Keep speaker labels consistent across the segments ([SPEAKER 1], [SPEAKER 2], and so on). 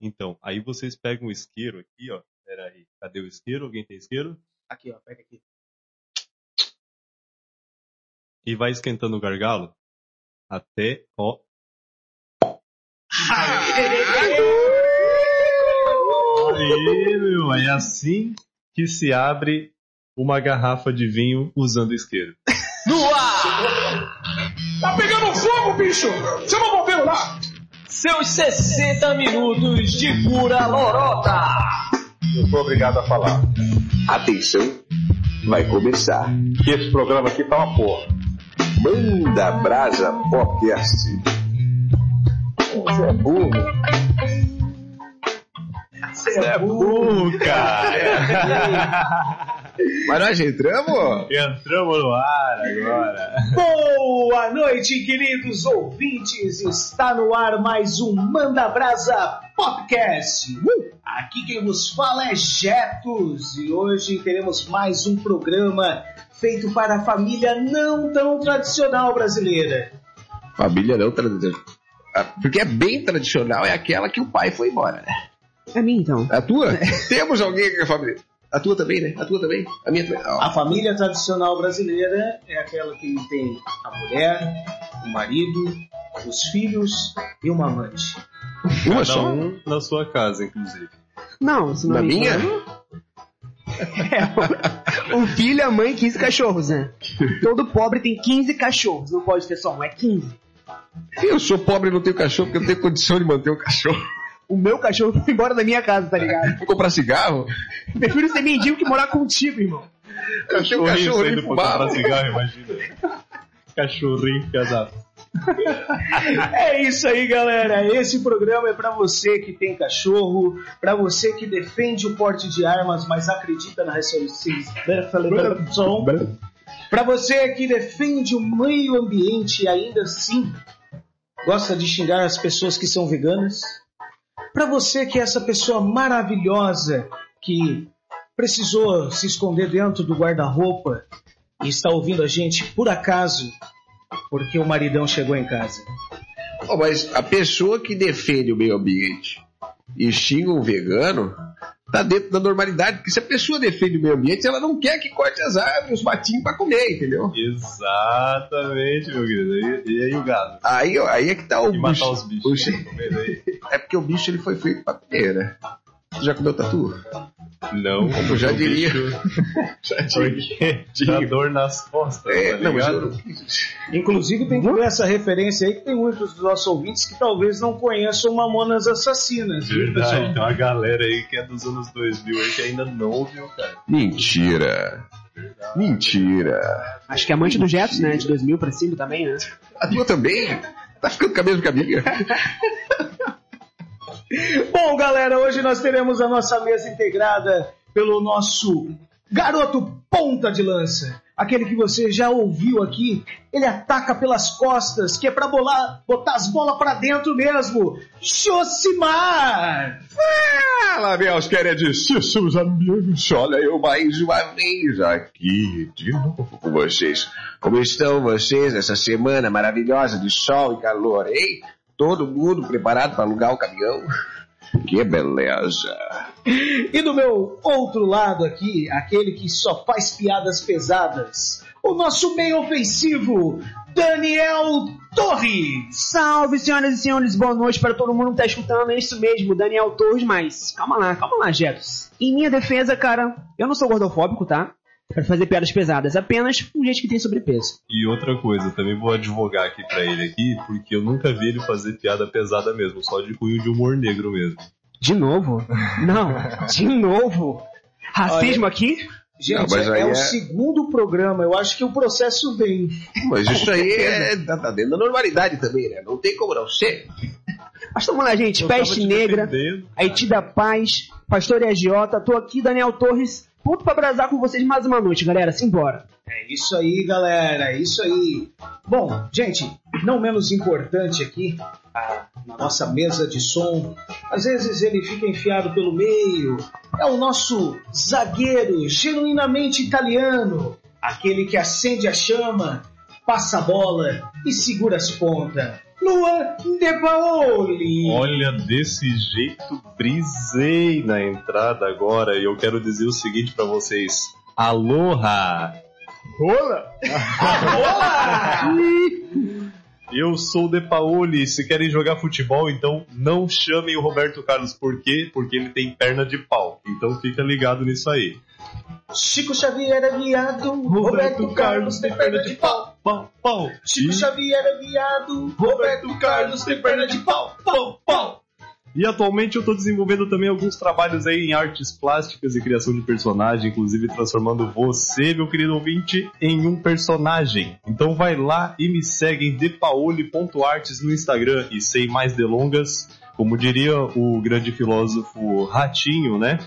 [SPEAKER 1] Então, aí vocês pegam o isqueiro aqui, ó. Pera aí, cadê o isqueiro? Alguém tem isqueiro?
[SPEAKER 2] Aqui, ó, pega aqui.
[SPEAKER 1] E vai esquentando o gargalo até, ó. Aí, meu, é assim que se abre uma garrafa de vinho usando isqueiro.
[SPEAKER 3] Tá pegando fogo, bicho! Chama o bombeiro lá!
[SPEAKER 4] Seus 60 minutos de pura lorota.
[SPEAKER 5] Eu sou obrigado a falar.
[SPEAKER 6] Atenção, vai começar.
[SPEAKER 5] Que esse programa aqui tá uma porra.
[SPEAKER 6] Manda Brasa Podcast.
[SPEAKER 5] Você é burro.
[SPEAKER 1] Isso é burro, cara!
[SPEAKER 5] Mas nós entramos?
[SPEAKER 1] Entramos no ar agora.
[SPEAKER 2] Boa noite, queridos ouvintes. Está no ar mais um Manda Brasa Podcast. Uh! Aqui quem vos fala é Jetos e hoje teremos mais um programa feito para a família não tão tradicional brasileira.
[SPEAKER 5] Família não tradicional. Porque é bem tradicional, é aquela que o pai foi embora, né?
[SPEAKER 7] É minha então.
[SPEAKER 5] A tua? Temos alguém que é família. A tua também, né? A tua também? A minha também. Ah, Ó,
[SPEAKER 2] A família tradicional brasileira é aquela que tem a mulher, o marido, os filhos e uma amante.
[SPEAKER 5] uma
[SPEAKER 1] Cada
[SPEAKER 5] só?
[SPEAKER 1] um na sua casa, inclusive.
[SPEAKER 7] Não, se não
[SPEAKER 5] Na
[SPEAKER 7] me
[SPEAKER 5] minha?
[SPEAKER 7] engano- É, um filho, a mãe, 15 cachorros, né? Todo pobre tem 15 cachorros, não pode ter só um, é 15.
[SPEAKER 5] Eu sou pobre e não tenho cachorro porque eu não tenho condição de manter um cachorro.
[SPEAKER 7] O meu cachorro foi embora da minha casa, tá ligado?
[SPEAKER 5] Vou comprar cigarro?
[SPEAKER 7] Prefiro ser mendigo que morar contigo, irmão.
[SPEAKER 5] Cachorro,
[SPEAKER 1] Cachorrinho
[SPEAKER 5] um cachorro
[SPEAKER 1] saindo pra comprar
[SPEAKER 5] enfumado.
[SPEAKER 1] cigarro, imagina. Cachorrinho casado.
[SPEAKER 2] É isso aí, galera. Esse programa é pra você que tem cachorro, pra você que defende o porte de armas, mas acredita na ressurreição. Pra você que defende o meio ambiente e ainda assim gosta de xingar as pessoas que são veganas. Pra você que é essa pessoa maravilhosa que precisou se esconder dentro do guarda-roupa e está ouvindo a gente por acaso porque o maridão chegou em casa.
[SPEAKER 5] Ó, mas a pessoa que defende o meio ambiente e xinga um vegano tá dentro da normalidade, porque se a pessoa defende o meio ambiente, ela não quer que corte as árvores, os matinhos pra comer, entendeu?
[SPEAKER 1] Exatamente, meu querido. E, e aí o gado?
[SPEAKER 5] Aí, ó, aí é que tá o
[SPEAKER 1] E matar
[SPEAKER 5] bicho.
[SPEAKER 1] os bichos.
[SPEAKER 5] Puxa.
[SPEAKER 1] Comendo aí.
[SPEAKER 5] É porque o bicho ele foi feito pra comer, né? Tu já comeu tatu?
[SPEAKER 1] Não,
[SPEAKER 5] Eu já diria.
[SPEAKER 1] Porque dá dor nas costas,
[SPEAKER 5] É,
[SPEAKER 1] tá
[SPEAKER 5] não, mas
[SPEAKER 1] ligado?
[SPEAKER 5] eu,
[SPEAKER 2] Inclusive tem que ver essa referência aí que tem muitos dos nossos ouvintes que talvez não conheçam Mamonas Assassinas, viu,
[SPEAKER 1] Verdade,
[SPEAKER 2] pessoal?
[SPEAKER 1] então a galera aí que é dos anos 2000 aí que ainda não ouviu, cara.
[SPEAKER 5] Mentira. Mentira.
[SPEAKER 7] Acho que é amante do Jets, né? De 2000 pra cima também, né?
[SPEAKER 5] A tua também? Tá ficando com a mesma caminha?
[SPEAKER 2] Bom, galera, hoje nós teremos a nossa mesa integrada pelo nosso garoto ponta de lança. Aquele que você já ouviu aqui, ele ataca pelas costas, que é pra bolar, botar as bolas pra dentro mesmo. Josimar!
[SPEAKER 5] Fala, meus queridíssimos amigos. Olha, eu mais uma vez aqui de novo com vocês. Como estão vocês nessa semana maravilhosa de sol e calor, hein? Todo mundo preparado para alugar o caminhão? Que beleza.
[SPEAKER 2] E do meu outro lado aqui, aquele que só faz piadas pesadas, o nosso meio ofensivo, Daniel Torres.
[SPEAKER 7] Salve, senhoras e senhores, boa noite para todo mundo que tá escutando. É isso mesmo, Daniel Torres, mas calma lá, calma lá, Jetos. Em minha defesa, cara, eu não sou gordofóbico, tá? Pra fazer piadas pesadas, apenas com gente que tem sobrepeso.
[SPEAKER 1] E outra coisa, também vou advogar aqui pra ele aqui, porque eu nunca vi ele fazer piada pesada mesmo, só de cunho de humor negro mesmo.
[SPEAKER 7] De novo? Não, de novo? Racismo aqui?
[SPEAKER 5] Não,
[SPEAKER 2] Gente,
[SPEAKER 5] mas
[SPEAKER 2] é,
[SPEAKER 5] aí
[SPEAKER 2] o
[SPEAKER 5] é-
[SPEAKER 2] segundo programa, eu acho que o processo vem.
[SPEAKER 5] Mas isso aí é, tá, tá dentro da normalidade também, né? Não tem como não ser.
[SPEAKER 7] Mas vamos lá, gente,
[SPEAKER 1] Eu tava
[SPEAKER 7] peste
[SPEAKER 1] te
[SPEAKER 7] negra,
[SPEAKER 1] defendendo.
[SPEAKER 7] Haiti da Paz, Pastor e Agiota, tô aqui, Daniel Torres, pronto pra abraçar com vocês mais uma noite, galera, simbora.
[SPEAKER 2] É isso aí, galera, é isso aí. Bom, gente, não menos importante aqui, a- na nossa mesa de som, às vezes ele fica enfiado pelo meio. É o nosso zagueiro genuinamente italiano, aquele que acende a chama, passa a bola e segura as pontas. Luan De Paoli.
[SPEAKER 1] Olha, desse jeito brisei na entrada agora e eu quero dizer o seguinte pra vocês. Aloha!
[SPEAKER 2] Rola?
[SPEAKER 1] Eu sou o De Paoli, se querem jogar futebol, então não chamem o Roberto Carlos. Por quê? Porque ele tem perna de pau. Então fica ligado nisso aí.
[SPEAKER 2] Chico Xavier é viado, Roberto Carlos tem perna de pau.
[SPEAKER 1] Pau, pau.
[SPEAKER 2] Chico Xavier é viado, Roberto Carlos tem perna de pau. Pau, pau.
[SPEAKER 1] E atualmente eu tô desenvolvendo também alguns trabalhos aí em artes plásticas e criação de personagem, inclusive transformando você, meu querido ouvinte, em um personagem. Então vai lá e me segue em depaoli.artes no Instagram e sem mais delongas, como diria o grande filósofo Ratinho, né?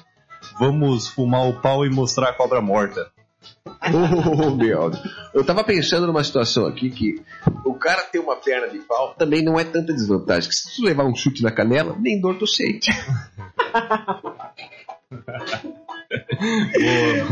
[SPEAKER 1] Vamos fumar o pau e mostrar a cobra morta.
[SPEAKER 5] Ô, Oh, meu, eu tava pensando numa situação aqui que o cara ter uma perna de pau também não é tanta desvantagem. Que se tu levar um chute na canela, nem dor tu sente.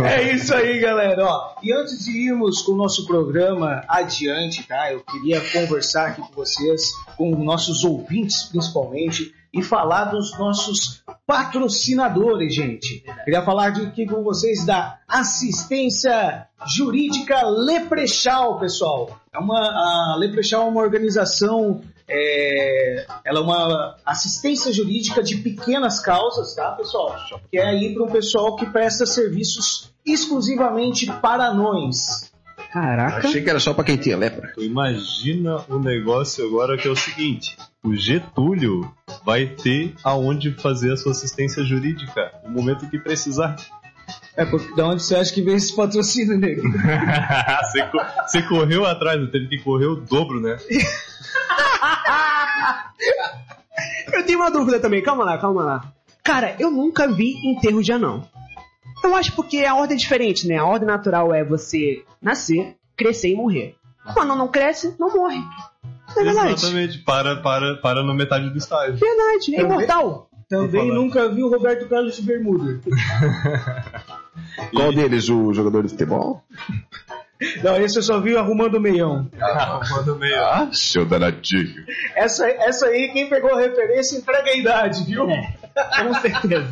[SPEAKER 2] É isso aí, galera. Ó, e antes de irmos com o nosso programa adiante, tá? Eu queria conversar aqui com vocês, com nossos ouvintes principalmente, e falar dos nossos patrocinadores, gente. Queria falar de- aqui com vocês da assistência jurídica Leprechal, pessoal. É uma, a Leprechal é uma organização é, ela é uma assistência jurídica de pequenas causas, tá, pessoal? Que é aí para um pessoal que presta serviços exclusivamente para anões.
[SPEAKER 7] Caraca.
[SPEAKER 5] Achei que era só pra quem tinha lepra.
[SPEAKER 1] Tu imagina o negócio agora que é o seguinte: o Getúlio vai ter aonde fazer a sua assistência jurídica no momento que precisar.
[SPEAKER 2] É, porque da onde você acha que vem esse patrocínio, nego?
[SPEAKER 1] você, co- você correu atrás, teve que correr o dobro, né?
[SPEAKER 7] Eu tenho uma dúvida também, calma lá, calma lá. Cara, eu nunca vi enterro de anão. Eu acho porque a ordem é diferente, né? A ordem natural é você nascer, crescer e morrer. O anão não cresce, não morre. Não é verdade?
[SPEAKER 1] Exatamente, para, para, para na metade do estágio.
[SPEAKER 7] Verdade, é
[SPEAKER 2] Eu
[SPEAKER 7] imortal.
[SPEAKER 2] Também
[SPEAKER 1] Vou falar.
[SPEAKER 2] nunca vi o Roberto Carlos de Bermuda.
[SPEAKER 5] Qual deles, o jogador de futebol?
[SPEAKER 2] Não, esse eu só vi arrumando o meião.
[SPEAKER 1] Manda um meio.
[SPEAKER 5] Ah, seu danadinho.
[SPEAKER 2] Essa, essa aí, quem pegou a referência, entrega a idade, viu?
[SPEAKER 7] É, Com certeza.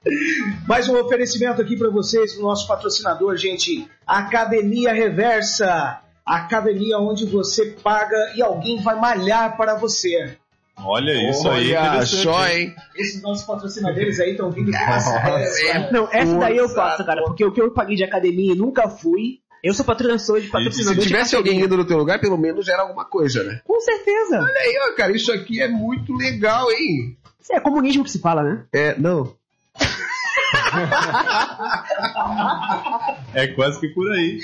[SPEAKER 2] Mais um oferecimento aqui para vocês do nosso patrocinador, gente. Academia Reversa. Academia onde você paga e alguém vai malhar para você.
[SPEAKER 1] Olha isso aí, é
[SPEAKER 5] Olha
[SPEAKER 1] interessante.
[SPEAKER 5] só, hein? É.
[SPEAKER 2] Esses nossos patrocinadores aí estão vindo com essa-
[SPEAKER 7] Não, essa daí eu faço, cara, porque o que eu paguei de academia e nunca fui. Eu sou patrocinador de
[SPEAKER 5] Se
[SPEAKER 7] patrocinador de
[SPEAKER 5] tivesse alguém indo no teu lugar, pelo menos era alguma coisa, né?
[SPEAKER 7] Com certeza.
[SPEAKER 5] Olha aí, ó, cara, isso aqui é muito legal, hein?
[SPEAKER 7] Isso é comunismo que se fala, né?
[SPEAKER 5] É, não.
[SPEAKER 1] É quase que por aí.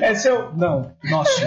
[SPEAKER 2] É seu. Não, nosso.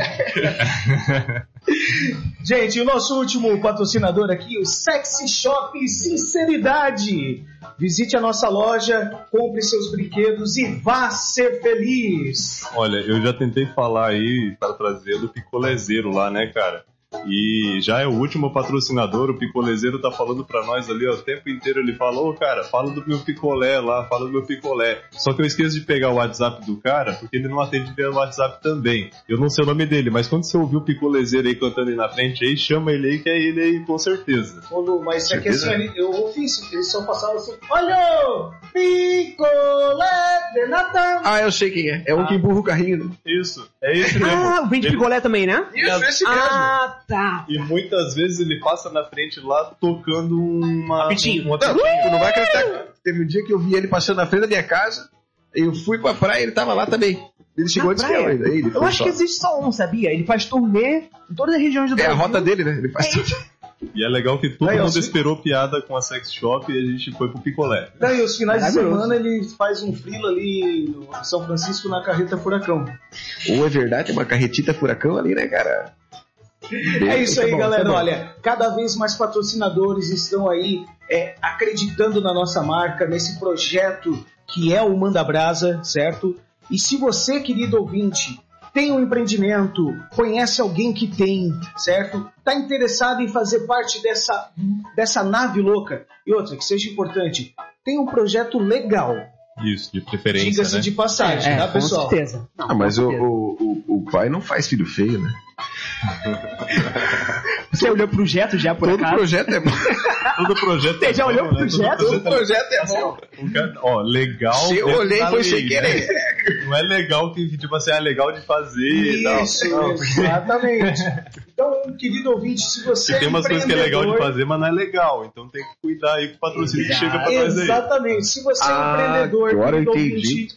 [SPEAKER 2] Gente, o nosso último patrocinador aqui, o Sexy Shop Sinceridade. Visite a nossa loja, compre seus brinquedos e vá ser feliz.
[SPEAKER 1] Olha, eu já tentei falar aí para trazer do picolezeiro lá, né, cara? E já é o último patrocinador, o picolezeiro tá falando pra nós ali, ó, o tempo inteiro ele fala, ô cara, fala do meu picolé lá, fala do meu picolé. Só que eu esqueço de pegar o WhatsApp do cara, porque ele não atende pelo WhatsApp também. Eu não sei o nome dele, mas quando você ouvir o picolezeiro aí cantando aí na frente aí, chama ele aí que é ele aí com certeza.
[SPEAKER 2] Ô Lu, mas isso aqui é assim,
[SPEAKER 1] Certeza?
[SPEAKER 2] ele- eu ouvi isso, eles só passavam assim, olha, picolé de nata.
[SPEAKER 5] Ah, eu sei quem é. É um que empurra o carrinho. né?
[SPEAKER 1] Isso, é esse mesmo.
[SPEAKER 7] Ah, vende
[SPEAKER 1] Ele-
[SPEAKER 7] picolé também, né?
[SPEAKER 5] Isso, esse
[SPEAKER 7] Ah, tá.
[SPEAKER 1] E muitas vezes ele passa na frente lá tocando uma.
[SPEAKER 7] Apitinho.
[SPEAKER 1] um
[SPEAKER 5] Não, tu não vai acreditar. Teve um dia que eu vi ele passando na frente da minha casa. Eu fui pra praia e ele tava lá também. Ele chegou
[SPEAKER 7] Na
[SPEAKER 5] antes que
[SPEAKER 7] praia?
[SPEAKER 5] eu ainda. Ele
[SPEAKER 7] Eu
[SPEAKER 5] foi
[SPEAKER 7] acho
[SPEAKER 5] só.
[SPEAKER 7] que existe só um, sabia? Ele faz turnê em todas as regiões do
[SPEAKER 5] É a
[SPEAKER 7] Brasil.
[SPEAKER 5] rota dele, né? Ele faz tudo.
[SPEAKER 1] E é legal que todo
[SPEAKER 2] Aí, ó,
[SPEAKER 1] mundo
[SPEAKER 2] se-
[SPEAKER 1] esperou piada com a sex shop e a gente foi pro picolé.
[SPEAKER 2] Daí, os finais de
[SPEAKER 7] Maravilhoso.
[SPEAKER 2] semana ele faz um frilo ali no São Francisco na carreta Furacão.
[SPEAKER 5] Ou é verdade, é uma carretita furacão ali, né, cara? Bem,
[SPEAKER 2] É isso aí,
[SPEAKER 5] tá bom,
[SPEAKER 2] galera.
[SPEAKER 5] tá bom.
[SPEAKER 2] Olha, cada vez mais patrocinadores estão aí é, acreditando na nossa marca, nesse projeto que é o Manda Brasa, certo? E se você, querido ouvinte, tem um empreendimento, conhece alguém que tem, certo? Tá interessado em fazer parte dessa, dessa nave louca? E outra, que seja importante, tem um projeto legal,
[SPEAKER 1] Isso, de preferência,
[SPEAKER 2] diga-se
[SPEAKER 1] né?
[SPEAKER 2] de passagem,
[SPEAKER 7] É,
[SPEAKER 2] tá,
[SPEAKER 7] com
[SPEAKER 2] pessoal?
[SPEAKER 7] certeza. Não,
[SPEAKER 5] Ah, mas
[SPEAKER 7] com
[SPEAKER 5] o,
[SPEAKER 7] certeza.
[SPEAKER 5] o, o, o pai não faz filho feio, né?
[SPEAKER 7] Você olhou pro Jeto já, por
[SPEAKER 5] Todo
[SPEAKER 7] acaso?
[SPEAKER 5] projeto é bom.
[SPEAKER 1] Todo projeto
[SPEAKER 7] Você já olhou
[SPEAKER 1] bom,
[SPEAKER 7] pro
[SPEAKER 1] né? Todo
[SPEAKER 7] Jetson?
[SPEAKER 5] Todo
[SPEAKER 1] projeto é
[SPEAKER 5] projeto é bom.
[SPEAKER 1] O cara- Ó, legal.
[SPEAKER 5] Se eu
[SPEAKER 1] detalhe,
[SPEAKER 5] olhei, foi sem querer.
[SPEAKER 1] né? Não é legal que, tipo assim, é legal de fazer e tal.
[SPEAKER 2] Isso, exatamente. Então, querido ouvinte, se você
[SPEAKER 1] Tem umas
[SPEAKER 2] é
[SPEAKER 1] coisas que é legal de
[SPEAKER 2] empreendedor-
[SPEAKER 1] fazer, mas não é legal. Então tem que cuidar aí com o patrocínio que chega pra nós aí.
[SPEAKER 2] Exatamente. Se você
[SPEAKER 5] Ah,
[SPEAKER 2] é empreendedor,
[SPEAKER 5] agora eu
[SPEAKER 2] querido
[SPEAKER 5] entendi.
[SPEAKER 2] ouvinte,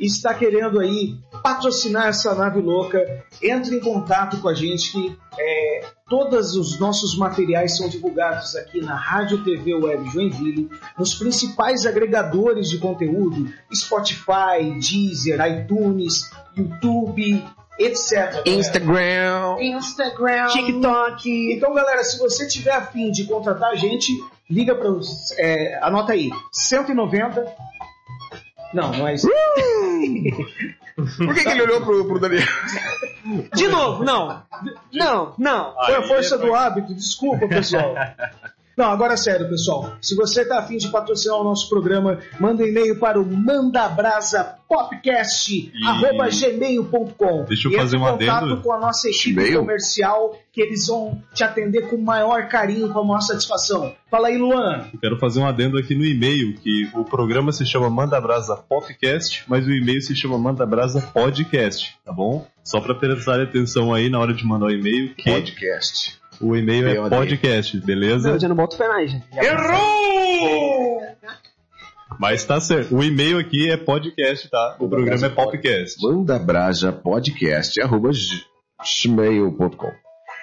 [SPEAKER 2] e está querendo aí patrocinar essa nave louca, entre em contato com a gente que é, todos os nossos materiais são divulgados aqui na Rádio TV Web Joinville, nos principais agregadores de conteúdo, Spotify, Deezer, iTunes, YouTube, etc.
[SPEAKER 5] Instagram.
[SPEAKER 2] Instagram.
[SPEAKER 7] TikTok.
[SPEAKER 2] Então, galera, se você tiver afim de contratar a gente, liga para os. é, anota aí, 190. Não, não é isso.
[SPEAKER 5] Por que, que ele olhou pro, pro Daniel?
[SPEAKER 7] De novo, não. Não, não.
[SPEAKER 2] Foi a
[SPEAKER 1] Aí,
[SPEAKER 2] força
[SPEAKER 1] foi-
[SPEAKER 2] do hábito, desculpa, pessoal. Não, agora é sério, pessoal. Se você tá afim de patrocinar o nosso programa, manda um e-mail para o mandabrasapopcast.gmail.com
[SPEAKER 1] Deixa eu
[SPEAKER 2] E
[SPEAKER 1] fazer
[SPEAKER 2] entre em
[SPEAKER 1] um adendo.
[SPEAKER 2] contato com a nossa equipe
[SPEAKER 5] E-mail?
[SPEAKER 2] comercial, que eles vão te atender com o maior carinho, com a maior satisfação. Fala aí, Luan.
[SPEAKER 1] Eu Quero fazer um adendo aqui no e-mail, que o programa se chama Manda Brasa Podcast, mas o e-mail se chama Manda Brasa Podcast, tá bom? Só pra prestar atenção aí na hora de mandar o e-mail, que
[SPEAKER 5] Podcast.
[SPEAKER 1] o e-mail é
[SPEAKER 5] Beleza.
[SPEAKER 1] podcast,
[SPEAKER 7] Não,
[SPEAKER 1] beleza?
[SPEAKER 7] eu já não boto fé mais.
[SPEAKER 1] Mas tá certo. O e-mail aqui é podcast, tá? O programa é podcast.
[SPEAKER 5] Manda brasa podcast arroba gmail.com.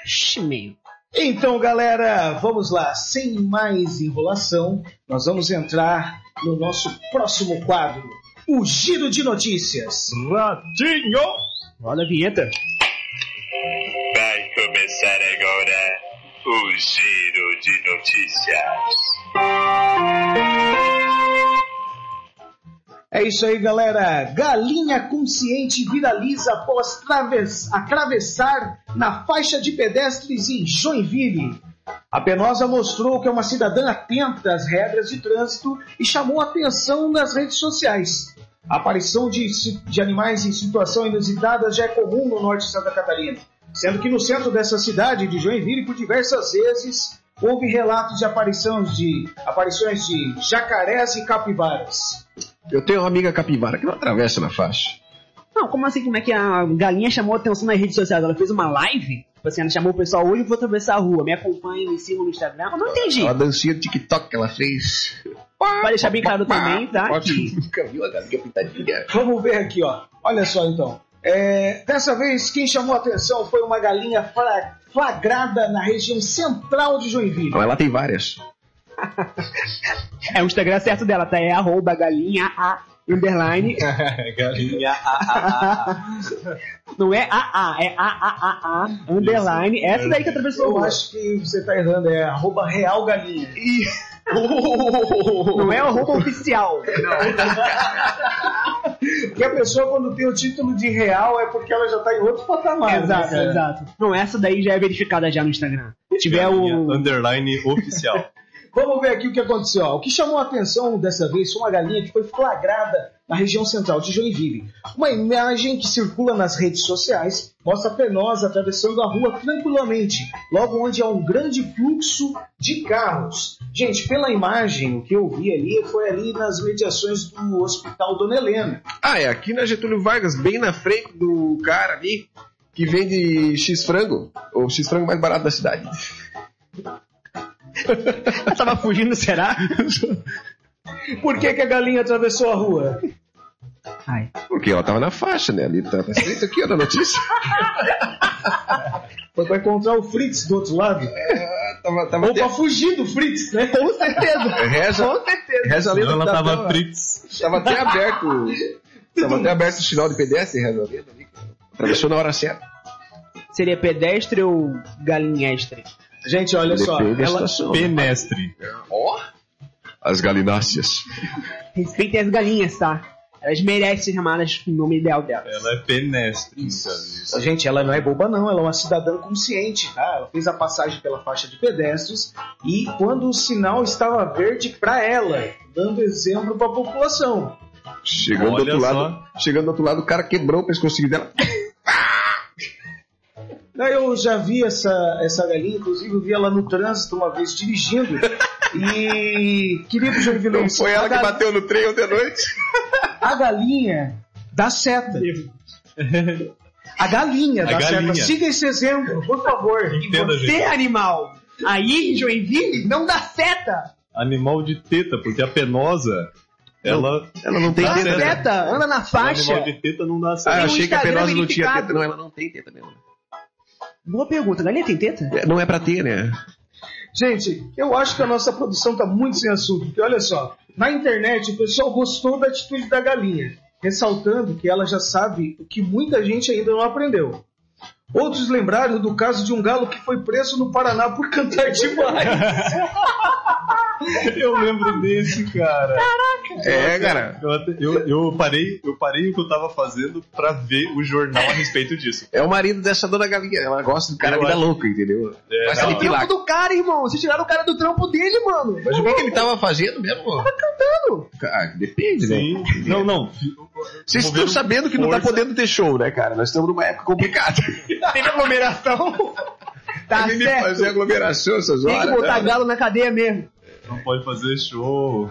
[SPEAKER 7] Ximeio.
[SPEAKER 2] Então, galera, vamos lá. Sem mais enrolação, nós vamos entrar no nosso próximo quadro, o Giro de Notícias.
[SPEAKER 1] Ratinho!
[SPEAKER 7] Roda a vinheta.
[SPEAKER 8] Vai começar agora o Giro de Notícias.
[SPEAKER 2] É isso aí, galera. Galinha consciente viraliza após traves- atravessar na faixa de pedestres em Joinville. A penosa mostrou que é uma cidadã atenta às regras de trânsito e chamou atenção nas redes sociais. A aparição de, si- de animais em situação inusitada já é comum no norte de Santa Catarina, sendo que no centro dessa cidade de Joinville, por diversas vezes, houve relatos de aparições de, aparições de jacarés e capivaras.
[SPEAKER 5] Eu tenho uma amiga capivara que não atravessa na faixa.
[SPEAKER 7] Não, como assim? Como é que a galinha chamou a atenção nas redes sociais? Ela fez uma live? Tipo assim, ela chamou o pessoal hoje, eu vou atravessar a rua. Me acompanha, me sigam no Instagram. Eu não entendi.
[SPEAKER 5] Uma dancinha de TikTok que ela fez.
[SPEAKER 7] Pra deixar bem claro também, tá?
[SPEAKER 5] Pode- Nunca viu a galinha pintadinha.
[SPEAKER 2] Vamos ver aqui, ó. Olha só então. É, dessa vez, quem chamou a atenção foi uma galinha fra- flagrada na região central de Joinville.
[SPEAKER 5] Mas lá tem várias.
[SPEAKER 7] É o Instagram certo dela, tá? É arroba galinha a underline.
[SPEAKER 1] Galinha.
[SPEAKER 7] Não é a a, é a a a a underline. Essa daí que atravessou a
[SPEAKER 2] Eu
[SPEAKER 7] rua.
[SPEAKER 2] acho que você tá errando, é arroba real galinha.
[SPEAKER 7] Não é arroba oficial.
[SPEAKER 2] Porque a pessoa, quando tem o título de real, é porque ela já tá em outro patamar. né,
[SPEAKER 7] Exato,
[SPEAKER 2] cara?
[SPEAKER 7] exato. Não, essa daí já é verificada já no Instagram. Se tiver o.
[SPEAKER 1] Underline oficial.
[SPEAKER 2] Vamos ver aqui o que aconteceu. ó. O que chamou a atenção dessa vez foi uma galinha que foi flagrada na região central de Joinville. Uma imagem que circula nas redes sociais mostra a penosa atravessando a rua tranquilamente, logo onde há um grande fluxo de carros. Gente, pela imagem, o que eu vi ali foi ali nas mediações do Hospital Dona Helena.
[SPEAKER 5] Ah, é aqui na Getúlio Vargas, bem na frente do cara ali que vende X-frango. O X-frango mais barato da cidade.
[SPEAKER 7] Ela tava fugindo, será?
[SPEAKER 2] Por que, que a galinha atravessou a rua?
[SPEAKER 7] Ai.
[SPEAKER 5] Porque ela tava na faixa, né? Ali tá tá escrito aqui ó, na notícia.
[SPEAKER 2] Foi para encontrar o Fritz do outro lado.
[SPEAKER 5] tava, tava
[SPEAKER 2] Ou
[SPEAKER 5] até...
[SPEAKER 2] para fugir do Fritz, né?
[SPEAKER 7] É, Com certeza.
[SPEAKER 5] Reza,
[SPEAKER 7] Com certeza.
[SPEAKER 5] reza a lenda
[SPEAKER 1] Ela
[SPEAKER 5] que tá-
[SPEAKER 1] tava Fritz.
[SPEAKER 5] Tava até aberto. tava até aberto o sinal de pedestre, reza a lenda ali. Atravessou na hora certa.
[SPEAKER 7] Seria pedestre ou galinhestre?
[SPEAKER 2] Gente, olha só.
[SPEAKER 5] Depende da
[SPEAKER 2] Ela,
[SPEAKER 5] situação, né?
[SPEAKER 1] Penestre.
[SPEAKER 5] Ó! As galináceas.
[SPEAKER 7] Respeitem as galinhas, tá? Elas merecem ser chamadas com o nome ideal delas.
[SPEAKER 1] Ela é penestre.
[SPEAKER 2] Gente, ela não é boba não, ela é uma cidadã consciente, tá? Ela fez a passagem pela faixa de pedestres e quando o sinal estava verde para ela, dando exemplo para a população.
[SPEAKER 5] Chegando do
[SPEAKER 1] Olha
[SPEAKER 5] outro
[SPEAKER 1] só.
[SPEAKER 5] lado, chegando do outro lado, o cara quebrou o pescoço dela.
[SPEAKER 2] Daí eu já vi essa, essa galinha, inclusive eu vi ela no trânsito uma vez dirigindo. e queria pro jogo de
[SPEAKER 5] Não
[SPEAKER 2] violência.
[SPEAKER 5] foi ela
[SPEAKER 2] a,
[SPEAKER 5] que
[SPEAKER 2] ga-
[SPEAKER 5] bateu no trem ontem à noite?
[SPEAKER 2] a galinha dá seta. A galinha dá
[SPEAKER 1] galinha.
[SPEAKER 2] seta. Siga esse exemplo, por favor.
[SPEAKER 1] Entenda,
[SPEAKER 7] Você,
[SPEAKER 1] gente.
[SPEAKER 7] animal, aí em Joinville, não dá seta.
[SPEAKER 1] Animal de teta, porque a penosa, ela.
[SPEAKER 5] Ela não tá tem
[SPEAKER 1] Dá
[SPEAKER 2] Ah,
[SPEAKER 7] Dá
[SPEAKER 1] seta.
[SPEAKER 7] seta, anda na
[SPEAKER 1] O
[SPEAKER 7] faixa.
[SPEAKER 1] animal de teta não dá
[SPEAKER 5] Ah,
[SPEAKER 1] certo.
[SPEAKER 7] Tem um
[SPEAKER 5] achei que a
[SPEAKER 7] Instagram
[SPEAKER 5] penosa não tinha
[SPEAKER 7] verificado.
[SPEAKER 5] teta. Não, ela não tem teta mesmo.
[SPEAKER 7] Boa pergunta, galinha tem teta?
[SPEAKER 5] É, Não é pra ter, né?
[SPEAKER 2] Gente, eu acho que a nossa produção tá muito sem assunto, porque olha só, na internet o pessoal gostou da atitude da galinha, ressaltando que ela já sabe o que muita gente ainda não aprendeu. Outros lembraram do caso de um galo que foi preso no Paraná por cantar demais.
[SPEAKER 1] Ah, Eu lembro desse, cara.
[SPEAKER 5] É, cara.
[SPEAKER 1] Eu, até- eu, eu parei, eu parei o que eu tava fazendo pra ver o jornal a respeito disso.
[SPEAKER 5] É o marido dessa dona Galinha. Ela gosta do cara
[SPEAKER 1] Eu
[SPEAKER 5] vida
[SPEAKER 1] acho.
[SPEAKER 5] louca, entendeu?
[SPEAKER 1] É,
[SPEAKER 5] Mas
[SPEAKER 1] não,
[SPEAKER 5] ele tem lá.
[SPEAKER 7] do cara, irmão. Vocês tiraram o cara do trampo dele, mano. tá
[SPEAKER 5] Mas o que, que ele tava fazendo mesmo? Tava cantando. Ah, depende, né?
[SPEAKER 1] Sim. Não, não.
[SPEAKER 5] Vocês estão
[SPEAKER 1] Envolveram
[SPEAKER 5] sabendo que não tá
[SPEAKER 1] força.
[SPEAKER 5] podendo ter show, né, cara? Nós estamos numa época complicada.
[SPEAKER 7] Tem aglomeração. Tá
[SPEAKER 5] Tem que
[SPEAKER 7] certo.
[SPEAKER 5] fazer aglomeração essas
[SPEAKER 7] Tem
[SPEAKER 5] horas.
[SPEAKER 7] que botar
[SPEAKER 5] né?
[SPEAKER 7] galo na cadeia mesmo.
[SPEAKER 1] Não pode fazer show.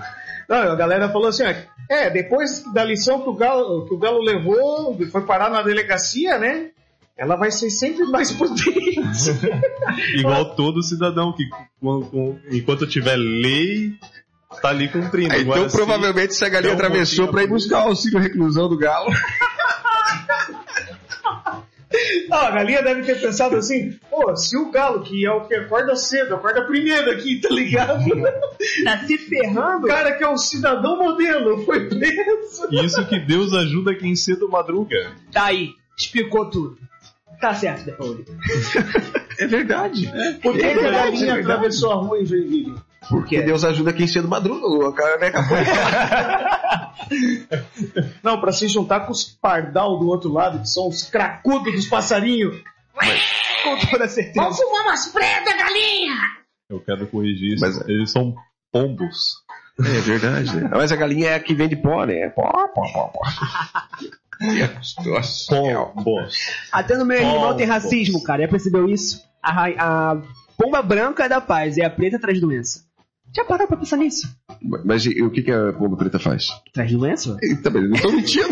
[SPEAKER 2] Não, a galera falou assim, ó, é, depois da lição que o galo, que o galo levou, foi parar na delegacia, né? Ela vai ser sempre mais potente.
[SPEAKER 1] Igual todo cidadão que, com- com- enquanto tiver lei, tá ali cumprindo.
[SPEAKER 5] Ah,
[SPEAKER 1] Agora,
[SPEAKER 5] então
[SPEAKER 1] se-
[SPEAKER 5] provavelmente essa galinha
[SPEAKER 1] Então,
[SPEAKER 5] atravessou
[SPEAKER 1] mocinha,
[SPEAKER 5] pra ir buscar o auxílio reclusão do galo.
[SPEAKER 2] Ah, a galinha deve ter pensado assim, pô, se o galo, que é o que acorda cedo, acorda primeiro aqui, tá ligado?
[SPEAKER 7] Tá se
[SPEAKER 2] O
[SPEAKER 7] ferrando.
[SPEAKER 2] cara que é um cidadão modelo foi preso.
[SPEAKER 1] Isso que Deus ajuda quem cedo madruga.
[SPEAKER 7] Tá aí. Explicou tudo. Tá certo, depois.
[SPEAKER 5] É verdade.
[SPEAKER 2] Por que, que a
[SPEAKER 5] verdade, é
[SPEAKER 2] galinha
[SPEAKER 5] verdade.
[SPEAKER 2] atravessou a rua em Joinville?
[SPEAKER 5] Porque Deus ajuda quem cedo madruga. O cara né, acabou.
[SPEAKER 2] Não, pra se juntar com os pardal do outro lado, que são os cracudos dos passarinhos. Com toda certeza.
[SPEAKER 1] Eu quero corrigir isso.
[SPEAKER 5] Mas-
[SPEAKER 1] Eles são pombos.
[SPEAKER 5] É verdade, né? Mas a galinha é a que vende pó, né? Pó, pó, pó, pó. É Nossa,
[SPEAKER 1] Pombos.
[SPEAKER 7] Até no meio animal tem
[SPEAKER 1] Pombo.
[SPEAKER 7] racismo, cara. Já percebeu isso? A, ra- a pomba branca é da paz e a preta traz doença. Já parou pra pensar nisso?
[SPEAKER 5] Mas e o que, que a pomba preta faz?
[SPEAKER 7] Traz doença? mano?
[SPEAKER 5] tá, Eu Também não tô mentindo.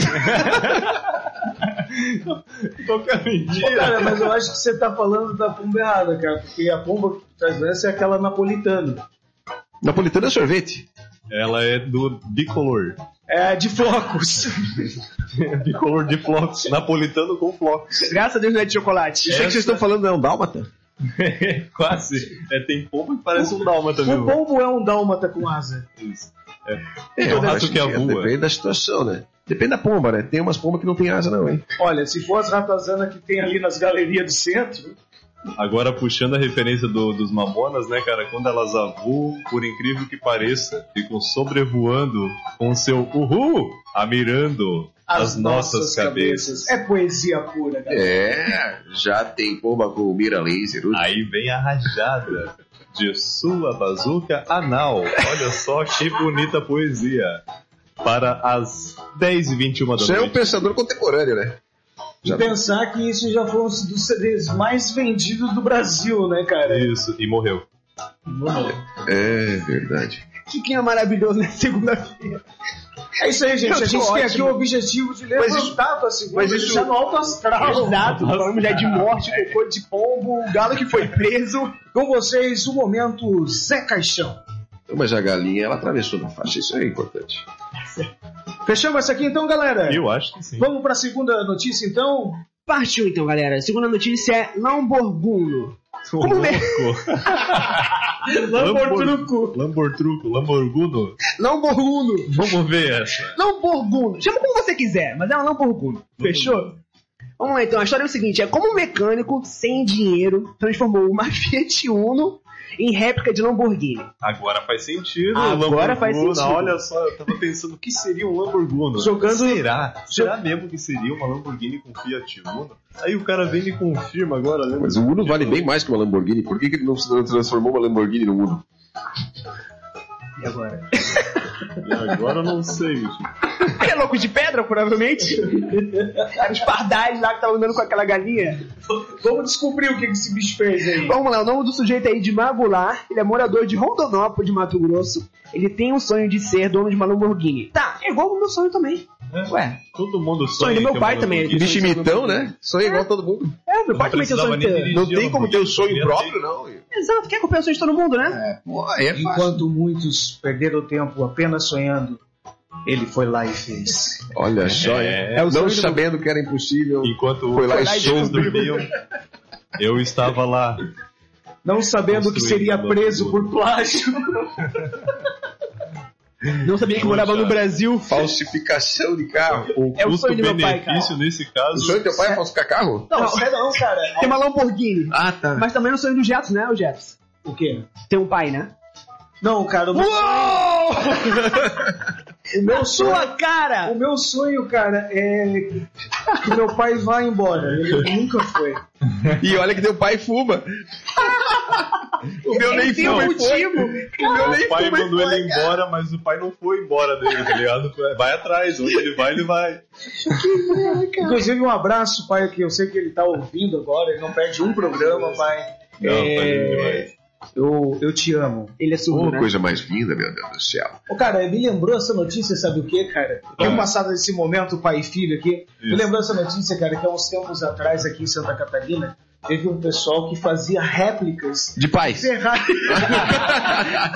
[SPEAKER 1] Qualquer
[SPEAKER 2] Cara,
[SPEAKER 1] mentira.
[SPEAKER 2] mas eu acho que você tá falando da pomba errada, cara, porque a pomba que traz doença é aquela napolitana.
[SPEAKER 5] Napolitana é sorvete.
[SPEAKER 1] Ela é do bicolor.
[SPEAKER 2] É, de flocos.
[SPEAKER 1] bicolor de flocos. Napolitano com flocos.
[SPEAKER 7] Graças a Deus não é de chocolate.
[SPEAKER 5] Isso aí que vocês estão falando é um dálmata?
[SPEAKER 1] Quase. É, tem pombo que parece um dálmata
[SPEAKER 2] O
[SPEAKER 1] mesmo.
[SPEAKER 2] pombo é um dálmata com asa.
[SPEAKER 1] Isso.
[SPEAKER 5] É,
[SPEAKER 1] o
[SPEAKER 5] eu
[SPEAKER 1] um rato
[SPEAKER 5] acho
[SPEAKER 1] que avua.
[SPEAKER 5] Depende da situação, né? Depende da pomba, né? Tem umas pombas que não tem asa, não, hein?
[SPEAKER 2] Olha, se for as ratazanas que tem ali nas galerias do centro,
[SPEAKER 1] Agora, puxando a referência do- dos mamonas, né, cara? Quando elas avuam, por incrível que pareça, ficam sobrevoando com seu uhul, amirando as, nossas, cabeças.
[SPEAKER 2] É poesia pura, galera.
[SPEAKER 5] É, já tem pomba com mira laser.
[SPEAKER 1] Aí vem a rajada de sua bazuca anal. Olha só que bonita poesia. Para as 10h21 da
[SPEAKER 5] Você é um
[SPEAKER 1] noite.
[SPEAKER 5] pensador contemporâneo, né?
[SPEAKER 2] E pensar que isso já foi um dos CDs mais vendidos do Brasil, né, cara?
[SPEAKER 1] Isso, e morreu.
[SPEAKER 5] É verdade.
[SPEAKER 7] Chiquinho é maravilhoso na segunda-feira.
[SPEAKER 2] né, É isso aí, gente.
[SPEAKER 7] Eu
[SPEAKER 2] A gente
[SPEAKER 7] tô
[SPEAKER 2] tem
[SPEAKER 7] ótimo.
[SPEAKER 2] aqui o objetivo de
[SPEAKER 5] Mas
[SPEAKER 2] levantar
[SPEAKER 5] isso-
[SPEAKER 2] a tua segunda
[SPEAKER 5] mas
[SPEAKER 2] e
[SPEAKER 5] isso-
[SPEAKER 2] deixar no alto astral.
[SPEAKER 7] Exato, falamos já de morte, cocô de pombo, o galo que foi preso.
[SPEAKER 2] Com vocês, o momento Zé Caixão.
[SPEAKER 5] Mas a galinha, ela atravessou na faixa. Isso é importante.
[SPEAKER 2] Fechamos essa aqui então, galera?
[SPEAKER 1] Eu acho que sim.
[SPEAKER 2] Vamos para a segunda notícia, então?
[SPEAKER 7] Partiu então, galera. A segunda notícia é Lamborghini.
[SPEAKER 1] Ô, louco.
[SPEAKER 2] Lambortruco.
[SPEAKER 1] Lambortruco, Lamborguno.
[SPEAKER 7] Lamborghini.
[SPEAKER 1] Vamos ver essa.
[SPEAKER 7] Lamborghini. Chama como você quiser, mas é uma Lamborghini. Fechou? Vamos lá então, a história é o seguinte, é como um mecânico sem dinheiro transformou uma Fiat Uno em réplica de Lamborghini.
[SPEAKER 1] Agora faz sentido.
[SPEAKER 7] Agora
[SPEAKER 1] Lamborghini.
[SPEAKER 7] faz sentido.
[SPEAKER 1] Olha só, eu tava pensando o que seria um Lamborghini.
[SPEAKER 2] Jogando-
[SPEAKER 1] Será? Será mesmo que seria uma Lamborghini com Fiat Uno? Aí o cara vem e me confirma agora, né?
[SPEAKER 5] Mas o Uno vale bem mais que uma Lamborghini. Por que, que ele não se transformou uma Lamborghini no Uno?
[SPEAKER 1] E agora eu não sei, bicho.
[SPEAKER 7] Ele é louco de pedra, provavelmente. Eram os pardais lá que estavam andando com aquela galinha.
[SPEAKER 2] Vamos descobrir o que que esse bicho fez aí.
[SPEAKER 7] Vamos lá, o nome do sujeito aí de Magular, ele é morador de Rondonópolis, de Mato Grosso. Ele tem um sonho de ser dono de uma Lamborghini. Tá, é igual o meu sonho também. Ué,
[SPEAKER 1] Todo mundo sonha.
[SPEAKER 7] sonho do
[SPEAKER 1] em ter
[SPEAKER 7] meu pai
[SPEAKER 1] uma
[SPEAKER 7] também.
[SPEAKER 1] Lamborghini.
[SPEAKER 5] Bicho imitão, né? Sonha igual a todo mundo.
[SPEAKER 7] é, meu pai também tem
[SPEAKER 1] precisava
[SPEAKER 7] sonho de
[SPEAKER 1] nem
[SPEAKER 7] ter.
[SPEAKER 1] dirigir.
[SPEAKER 5] Não tem como ter um sonho
[SPEAKER 1] Lamborghini.
[SPEAKER 5] próprio, não.
[SPEAKER 7] Exato, quer acompanhar o sonho de todo mundo, né?
[SPEAKER 5] É, pô, aí é fácil.
[SPEAKER 2] Enquanto muitos perderam tempo apenas sonhando, ele foi lá e fez.
[SPEAKER 5] Olha só,
[SPEAKER 1] É.
[SPEAKER 5] é, não sabendo que era impossível.
[SPEAKER 1] Enquanto
[SPEAKER 5] Foi lá e
[SPEAKER 1] os shows
[SPEAKER 5] descobriu.
[SPEAKER 1] dormiam, eu estava lá.
[SPEAKER 2] Não sabendo que seria
[SPEAKER 1] Construindo
[SPEAKER 2] preso por plágio.
[SPEAKER 7] É. Não sabia que
[SPEAKER 1] Poxa.
[SPEAKER 7] morava no Brasil.
[SPEAKER 5] Falsificação de carro.
[SPEAKER 1] O
[SPEAKER 7] É o sonho do meu pai,
[SPEAKER 1] custo-benefício nesse
[SPEAKER 5] O
[SPEAKER 1] caso
[SPEAKER 5] sonho do teu pai é falsificar carro?
[SPEAKER 7] Não,
[SPEAKER 2] isso é não, cara.
[SPEAKER 7] tem uma Lamborghini.
[SPEAKER 5] Ah, tá.
[SPEAKER 7] Mas também é o sonho do Jetos, né, o Jetos?
[SPEAKER 2] O quê?
[SPEAKER 7] Tem um pai, né?
[SPEAKER 2] Não, cara, o meu, o meu sonho.
[SPEAKER 7] Sua cara!
[SPEAKER 2] O meu sonho, cara, é que meu pai vá embora. Ele nunca foi.
[SPEAKER 5] E olha que teu pai fuma. o meu nem
[SPEAKER 7] tem um
[SPEAKER 5] fuma e foi.
[SPEAKER 7] motivo.
[SPEAKER 5] O meu nem
[SPEAKER 1] O pai
[SPEAKER 5] fuma e
[SPEAKER 1] mandou
[SPEAKER 5] foi.
[SPEAKER 1] ele embora, mas o pai não foi embora dele, tá ligado? Vai atrás, onde ele vai, ele vai.
[SPEAKER 2] Inclusive, um abraço, pai, que eu sei que ele tá ouvindo agora. Ele não perde um programa, pai.
[SPEAKER 1] Não,
[SPEAKER 7] É.
[SPEAKER 1] pai, ele vai.
[SPEAKER 2] Eu, eu te amo.
[SPEAKER 7] Ele é surdo,
[SPEAKER 5] Uma
[SPEAKER 7] né?
[SPEAKER 5] coisa mais linda, meu Deus do céu.
[SPEAKER 2] Ô, cara, me lembrou essa notícia, sabe o que, cara? Tem
[SPEAKER 1] Ah.
[SPEAKER 2] passado esse momento, pai e filho aqui. Me
[SPEAKER 1] Isso.
[SPEAKER 2] lembrou essa notícia, cara, que há uns tempos atrás aqui em Santa Catarina teve um pessoal que fazia réplicas
[SPEAKER 5] De paz.
[SPEAKER 2] Ferrari.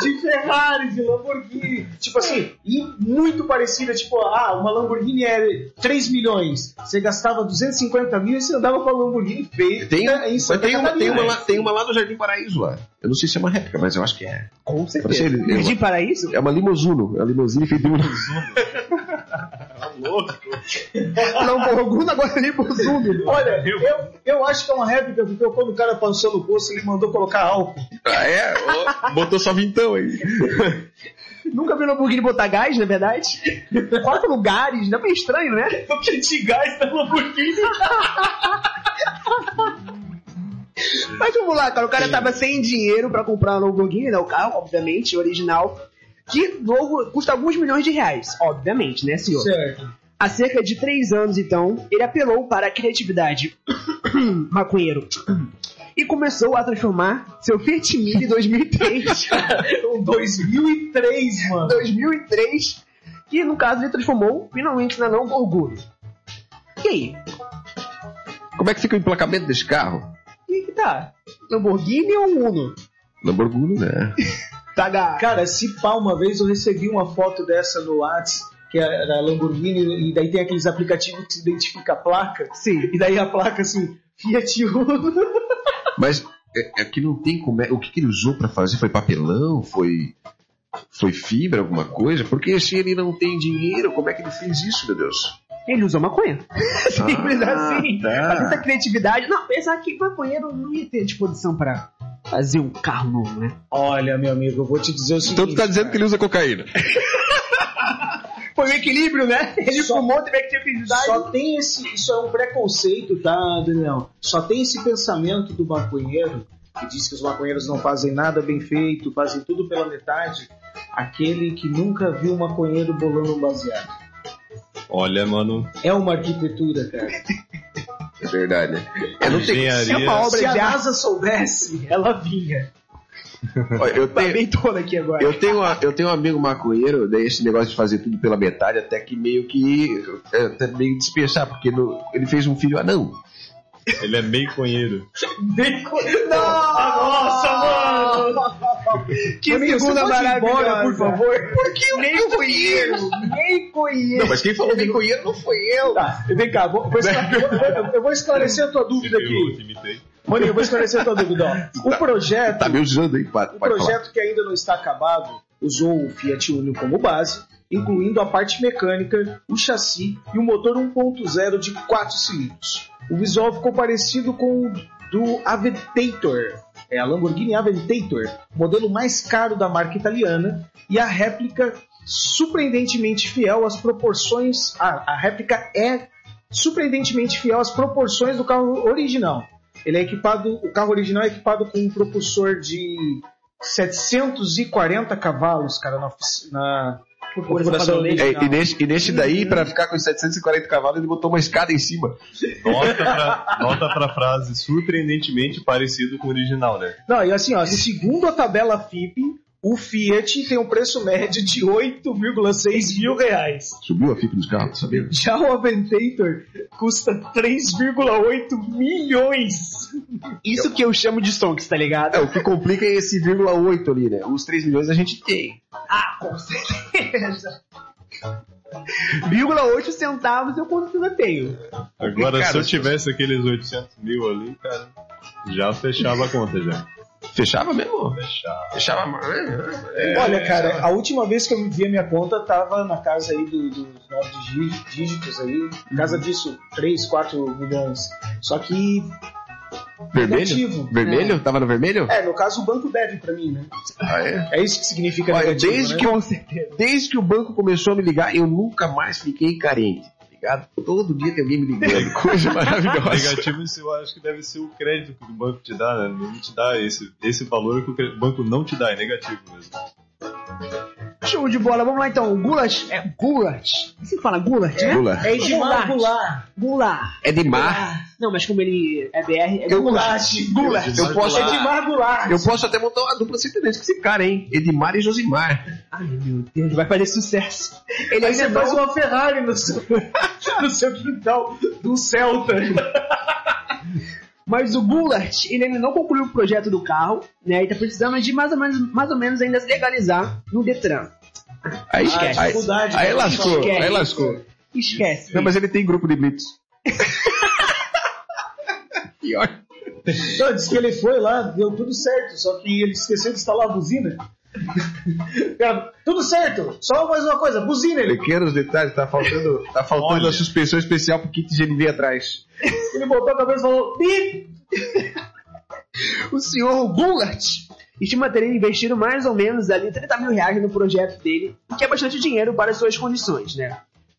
[SPEAKER 2] de Ferrari, de Lamborghini. Tipo assim, e muito parecida. Tipo, ah, uma Lamborghini era 3 milhões. Você gastava 250 mil e você andava com a Lamborghini feita
[SPEAKER 5] Tem,
[SPEAKER 2] em
[SPEAKER 5] mas
[SPEAKER 2] Santa
[SPEAKER 5] tem, uma, tem,
[SPEAKER 2] Catarina.
[SPEAKER 5] uma lá, tem uma lá no Jardim Paraíso lá. Eu não sei se é uma réplica, mas eu acho que é.
[SPEAKER 7] Com
[SPEAKER 5] Parece
[SPEAKER 7] certeza.
[SPEAKER 5] ele- ele-
[SPEAKER 7] Jardim Paraíso?
[SPEAKER 5] É uma limusino. É uma limusine feita de limusine.
[SPEAKER 7] Lamborghini agora ali pro surdo.
[SPEAKER 2] Olha, eu, eu acho que é uma réplica, porque quando o cara passou no posto, ele mandou colocar álcool.
[SPEAKER 5] Ah, é? Ô, Botou só vintão aí.
[SPEAKER 7] Nunca vi Lamborghini botar gás, na verdade. Quatro lugares, não é meio estranho, né?
[SPEAKER 2] Porque de gás da Lamborghini.
[SPEAKER 7] Mas vamos lá, cara. O cara tava sem dinheiro pra comprar uma Lamborghini, né? O carro, obviamente, original. Que logo custa alguns milhões de reais. Obviamente, né, senhor?
[SPEAKER 2] Certo.
[SPEAKER 7] Há cerca de três anos, então, ele apelou para a criatividade maconheiro e começou a transformar seu Fiat Mille 2003,
[SPEAKER 2] Então, 2003, mano.
[SPEAKER 7] 2003, que no caso ele transformou finalmente na não orgulho. E aí?
[SPEAKER 5] Como é que fica o emplacamento desse carro?
[SPEAKER 7] E aí que tá? Lamborghini ou um Uno? Tá,
[SPEAKER 5] Lamborghini, né?
[SPEAKER 7] Paga.
[SPEAKER 2] Cara, se pá, uma vez eu recebi uma foto dessa no Whats, que era a Lamborghini, e daí tem aqueles aplicativos que se identifica a placa.
[SPEAKER 7] Sim.
[SPEAKER 2] E daí a placa assim, Fiat Uno.
[SPEAKER 5] Mas é, é que não tem como. É, o que, que ele usou pra fazer? Foi papelão? Foi. Foi fibra, alguma coisa? Porque se ele não tem dinheiro, como é que ele fez isso, meu Deus?
[SPEAKER 7] Ele usou maconha. Simples
[SPEAKER 5] Ah,
[SPEAKER 7] assim.
[SPEAKER 5] tá.
[SPEAKER 7] Mas essa criatividade. Não, apesar que maconheiro não ia ter disposição pra fazer um carro novo, né?
[SPEAKER 2] Olha, meu amigo, eu vou te dizer o seguinte.
[SPEAKER 5] Então tá dizendo que ele usa cocaína.
[SPEAKER 7] Foi o equilíbrio, né? Ele
[SPEAKER 2] Só-
[SPEAKER 7] fumou, teve criatividade.
[SPEAKER 2] Só tem esse. Isso é um preconceito, tá, Daniel? Só tem esse pensamento do maconheiro, que diz que os maconheiros não fazem nada bem feito, fazem tudo pela metade. Aquele que nunca viu um maconheiro bolando um baseado.
[SPEAKER 1] Olha, mano,
[SPEAKER 2] É uma arquitetura, cara.
[SPEAKER 5] É verdade. né? É, não tem.
[SPEAKER 1] engenharia.
[SPEAKER 2] Se a NASA soubesse, ela vinha.
[SPEAKER 5] Olha, Eu tenho,
[SPEAKER 7] Bem tola aqui agora.
[SPEAKER 5] Eu tenho, uma- eu tenho um amigo maconheiro, daí esse negócio de fazer tudo pela metade, até que meio que. é, Até meio dispensar, porque no- ele fez um filho anão.
[SPEAKER 1] ele é meio conheiro.
[SPEAKER 7] Nossa, mano! Que segunda maravilhosa. Embora, por favor. Por que nem conheiro? Nem conheiro.
[SPEAKER 5] mas quem falou maconheiro não foi eu.
[SPEAKER 2] Tá, vem cá, vou- vou esclare- eu vou esclarecer a tua
[SPEAKER 5] um
[SPEAKER 2] dúvida
[SPEAKER 1] Você viu, eu
[SPEAKER 2] aqui.
[SPEAKER 1] te imitei.
[SPEAKER 2] Maninho, eu vou esclarecer a tua dúvida. ó. O projeto.
[SPEAKER 5] Tá me usando aí,
[SPEAKER 2] O
[SPEAKER 5] pode, pode falar.
[SPEAKER 2] Um projeto que ainda não está acabado usou o Fiat Uno como base, incluindo a parte mecânica, o chassi e o motor 1.0 de 4 cilindros. O visual ficou parecido com o do Aventator, é a Lamborghini Aventator, modelo mais caro da marca italiana, e a réplica surpreendentemente fiel às proporções. A, a réplica é surpreendentemente fiel às proporções do carro original. Ele é equipado, o carro original é equipado com um propulsor de 740 cavalos, cara, na, ofici- na- Corporação
[SPEAKER 7] Corporação
[SPEAKER 2] Leite.
[SPEAKER 5] É,
[SPEAKER 7] Leite.
[SPEAKER 5] e, nesse, e nesse daí, pra ficar com os 740 cavalos, ele botou uma escada em cima.
[SPEAKER 1] Nota pra, nota pra frase surpreendentemente parecido com o original, né?
[SPEAKER 2] Não, e assim, ó, segundo a tabela FIP, o Fiat tem um preço médio de 8,6 mil reais.
[SPEAKER 5] Subiu a FIP dos carros, tá sabia?
[SPEAKER 2] Já o Aventator custa 3,8 milhões.
[SPEAKER 7] Isso que eu chamo de stonks, tá ligado?
[SPEAKER 5] É, o que complica é esse vírgula 8 ali, né? Os 3 milhões a gente tem.
[SPEAKER 7] Vírgula 8 centavos eu consigo eu tenho.
[SPEAKER 1] Agora,
[SPEAKER 5] Cara,
[SPEAKER 1] se eu tivesse aqueles 800 mil ali, cara, já fechava a conta já.
[SPEAKER 5] Fechava mesmo?
[SPEAKER 1] Fechava.
[SPEAKER 5] Fechava. é,
[SPEAKER 2] Olha, cara, a última vez que eu vi a minha conta tava na casa aí do- dos nove dí- dígitos aí.
[SPEAKER 5] Uhum.
[SPEAKER 2] Por causa disso, 3, 4 milhões. Só que
[SPEAKER 5] Vermelho?
[SPEAKER 2] negativo.
[SPEAKER 5] Vermelho? Tava no vermelho?
[SPEAKER 2] É, no caso o banco deve pra mim, né?
[SPEAKER 5] Ah, é?
[SPEAKER 2] É isso que significa
[SPEAKER 5] Olha,
[SPEAKER 2] negativo,
[SPEAKER 5] desde,
[SPEAKER 2] né?
[SPEAKER 5] que, eu- desde que o banco começou a me ligar, eu nunca mais fiquei carente. tá Ligado? Todo dia tem alguém me ligando. Coisa maravilhosa.
[SPEAKER 1] Negativo, isso eu acho que deve ser o crédito que o banco te dá, né? Não te dá esse, esse valor que o cre- banco não te dá, é negativo mesmo.
[SPEAKER 7] Show de bola, vamos lá então. Gulas. É Gulas. Assim que fala Gulas, né?
[SPEAKER 5] Gula.
[SPEAKER 2] É Edmar
[SPEAKER 7] Goulart.
[SPEAKER 2] Goulart.
[SPEAKER 7] Gular.
[SPEAKER 5] É de mar.
[SPEAKER 7] Não, mas como ele é BR, é
[SPEAKER 5] Eu-
[SPEAKER 7] Gulas. Gulas.
[SPEAKER 5] Eu posso,
[SPEAKER 2] Edmar Goulart.
[SPEAKER 5] eu posso até montar uma dupla sertaneja com esse cara, hein? Edmar e Josimar.
[SPEAKER 7] Ai, meu Deus, vai fazer sucesso. Ele
[SPEAKER 2] Aí
[SPEAKER 7] ainda
[SPEAKER 2] você faz
[SPEAKER 7] não-
[SPEAKER 2] uma Ferrari no seu, no seu quintal do Celta.
[SPEAKER 7] Mas o Goulart, ele ainda não concluiu o projeto do carro, né? E tá precisando de mais ou menos, mais ou menos ainda se legalizar no Detran.
[SPEAKER 5] Aí
[SPEAKER 7] esquece.
[SPEAKER 5] Aí,
[SPEAKER 2] Dificuldade,
[SPEAKER 5] aí
[SPEAKER 2] né?
[SPEAKER 5] lascou,
[SPEAKER 7] Esquece.
[SPEAKER 5] aí lascou.
[SPEAKER 7] Esquece.
[SPEAKER 5] Não, mas ele tem grupo de blitz. Pior.
[SPEAKER 2] Não, disse que ele foi lá, deu tudo certo, só que ele esqueceu de instalar a buzina. Cara, tudo certo, só mais uma coisa, buzina ele.
[SPEAKER 5] Pequenos detalhes, tá faltando, tá faltando a suspensão especial pro kit GNV atrás.
[SPEAKER 2] Ele botou a cabeça e falou, pip!
[SPEAKER 7] O senhor Goulart estima ter investido mais ou menos ali 30 mil reais no projeto dele, o que é bastante dinheiro para as suas condições, né?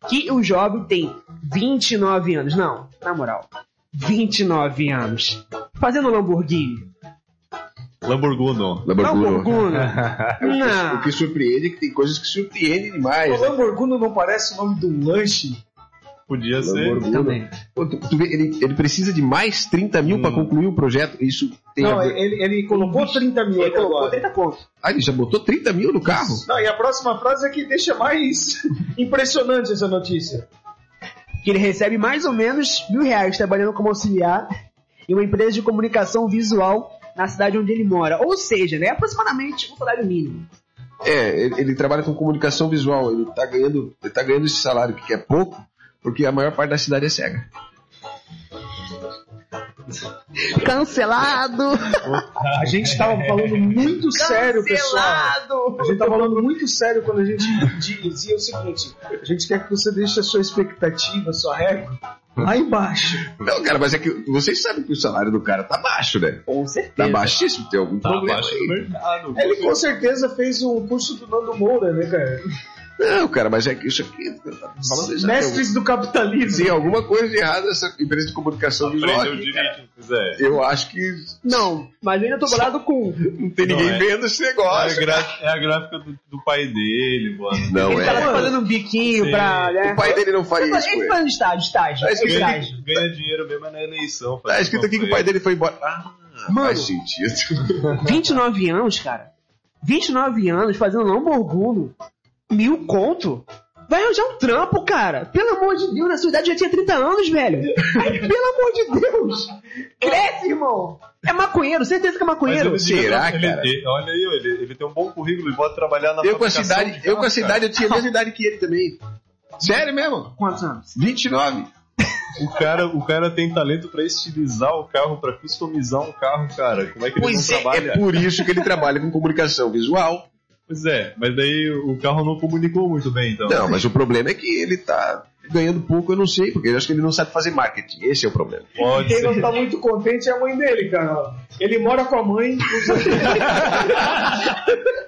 [SPEAKER 7] Que o jovem tem 29 anos. Não, na moral. 29 anos. Fazendo Lamborghini.
[SPEAKER 1] Lamborghini.
[SPEAKER 5] Lamborghini.
[SPEAKER 7] Lamborghini.
[SPEAKER 5] O
[SPEAKER 7] Não.
[SPEAKER 5] que surpreende é que tem coisas que surpreendem
[SPEAKER 2] O
[SPEAKER 5] demais. né?
[SPEAKER 2] Lamborghini não parece o nome de um lanche?
[SPEAKER 1] Podia ser.
[SPEAKER 5] Lamborghini.
[SPEAKER 7] Também.
[SPEAKER 5] Pô, tu- tu vê, ele, ele precisa de mais 30 mil
[SPEAKER 1] Hum.
[SPEAKER 5] pra concluir o projeto. Isso tem
[SPEAKER 2] Não, é-
[SPEAKER 5] a ver.
[SPEAKER 2] ele, ele colocou 30 mil
[SPEAKER 7] Ele
[SPEAKER 2] até
[SPEAKER 7] colocou
[SPEAKER 2] agora.
[SPEAKER 7] 30 conto.
[SPEAKER 5] Ah, ele já botou 30 mil no carro?
[SPEAKER 2] Não, e a próxima frase é que deixa mais impressionante essa notícia.
[SPEAKER 7] que ele recebe mais ou menos mil reais trabalhando como auxiliar em uma empresa de comunicação visual na cidade onde ele mora. Ou seja, né, aproximadamente um salário mínimo.
[SPEAKER 5] É, ele, ele trabalha com comunicação visual. Ele tá ganhando, ele tá ganhando esse salário que é pouco, porque a maior parte da cidade é cega.
[SPEAKER 7] Cancelado!
[SPEAKER 2] A gente tava falando muito sério, pessoal.
[SPEAKER 7] Cancelado!
[SPEAKER 2] A gente tá falando muito sério quando a gente dizia o seguinte: a gente quer que você deixe a sua expectativa, a sua régua lá embaixo.
[SPEAKER 5] Não, cara, mas é que vocês sabem que o salário do cara tá baixo, né?
[SPEAKER 7] Com
[SPEAKER 5] Tá
[SPEAKER 7] certeza.
[SPEAKER 5] baixíssimo, tem algum
[SPEAKER 1] Tá
[SPEAKER 5] problema
[SPEAKER 1] abaixo do
[SPEAKER 5] aí.
[SPEAKER 1] mercado.
[SPEAKER 2] Ele com certeza fez um curso do Nando Moura, né, cara?
[SPEAKER 5] Não, cara, mas é que isso aqui. eu tava Falando já tem,
[SPEAKER 2] Mestres do
[SPEAKER 5] algum-
[SPEAKER 2] capitalismo.
[SPEAKER 5] tem alguma coisa de errada nessa empresa de comunicação visual.
[SPEAKER 1] Aprendeu é.
[SPEAKER 5] aqui, cara.
[SPEAKER 1] direito, Zé.
[SPEAKER 5] Eu acho que
[SPEAKER 7] Não, mas eu ainda tô bolado com.
[SPEAKER 5] não tem
[SPEAKER 1] Não,
[SPEAKER 5] ninguém
[SPEAKER 1] é.
[SPEAKER 5] vendo esse
[SPEAKER 1] É a
[SPEAKER 5] negócio.
[SPEAKER 1] gra- é a gráfica do, do pai dele, mano.
[SPEAKER 5] Não,
[SPEAKER 7] Ele tá lá
[SPEAKER 5] é.
[SPEAKER 7] fazendo um biquinho
[SPEAKER 1] Sim.
[SPEAKER 7] pra. Né?
[SPEAKER 5] O pai dele não faria
[SPEAKER 7] Ele
[SPEAKER 5] isso com ele.
[SPEAKER 7] faz um estágio, estágio.
[SPEAKER 5] Tá escrito
[SPEAKER 7] estágio.
[SPEAKER 1] Ganha, ganha dinheiro mesmo é na eleição.
[SPEAKER 5] Tá escrito aqui que o pai dele foi embora. Ah,
[SPEAKER 7] Mano.
[SPEAKER 5] faz sentido.
[SPEAKER 7] 29 anos, cara. 29 anos fazendo Lamborghini. Mil conto. Vai arranjar um trampo, cara. Pelo amor de Deus, na sua idade já tinha 30 anos, velho. Pelo amor de Deus. Cresce, irmão. É maconheiro, certeza que é maconheiro.
[SPEAKER 1] Mas ele devia-
[SPEAKER 5] Será,
[SPEAKER 1] ele-
[SPEAKER 5] cara?
[SPEAKER 1] ele- olha aí, ele, ele tem um bom currículo e bota trabalhar na
[SPEAKER 5] Eu com a
[SPEAKER 1] fabricação de
[SPEAKER 5] cidade, eu com a
[SPEAKER 1] carro, cara.
[SPEAKER 5] cidade, eu tinha a mesma idade que ele também. Sério mesmo?
[SPEAKER 7] Quantos anos?
[SPEAKER 5] 29.
[SPEAKER 1] O cara, o cara tem talento pra estilizar o carro, pra customizar um carro, cara. Como é que ele
[SPEAKER 5] Pois
[SPEAKER 1] não
[SPEAKER 5] é,
[SPEAKER 1] trabalha?
[SPEAKER 5] é por isso que ele trabalha com comunicação visual.
[SPEAKER 1] Pois é, mas daí o carro não comunicou muito bem, então.
[SPEAKER 5] Não, mas o problema é que ele tá ganhando pouco, eu não sei, porque eu acho que ele não sabe fazer marketing. Esse é o problema.
[SPEAKER 1] Pode
[SPEAKER 2] Quem não
[SPEAKER 1] ser.
[SPEAKER 2] tá muito contente é a mãe dele, cara. Ele mora com a mãe.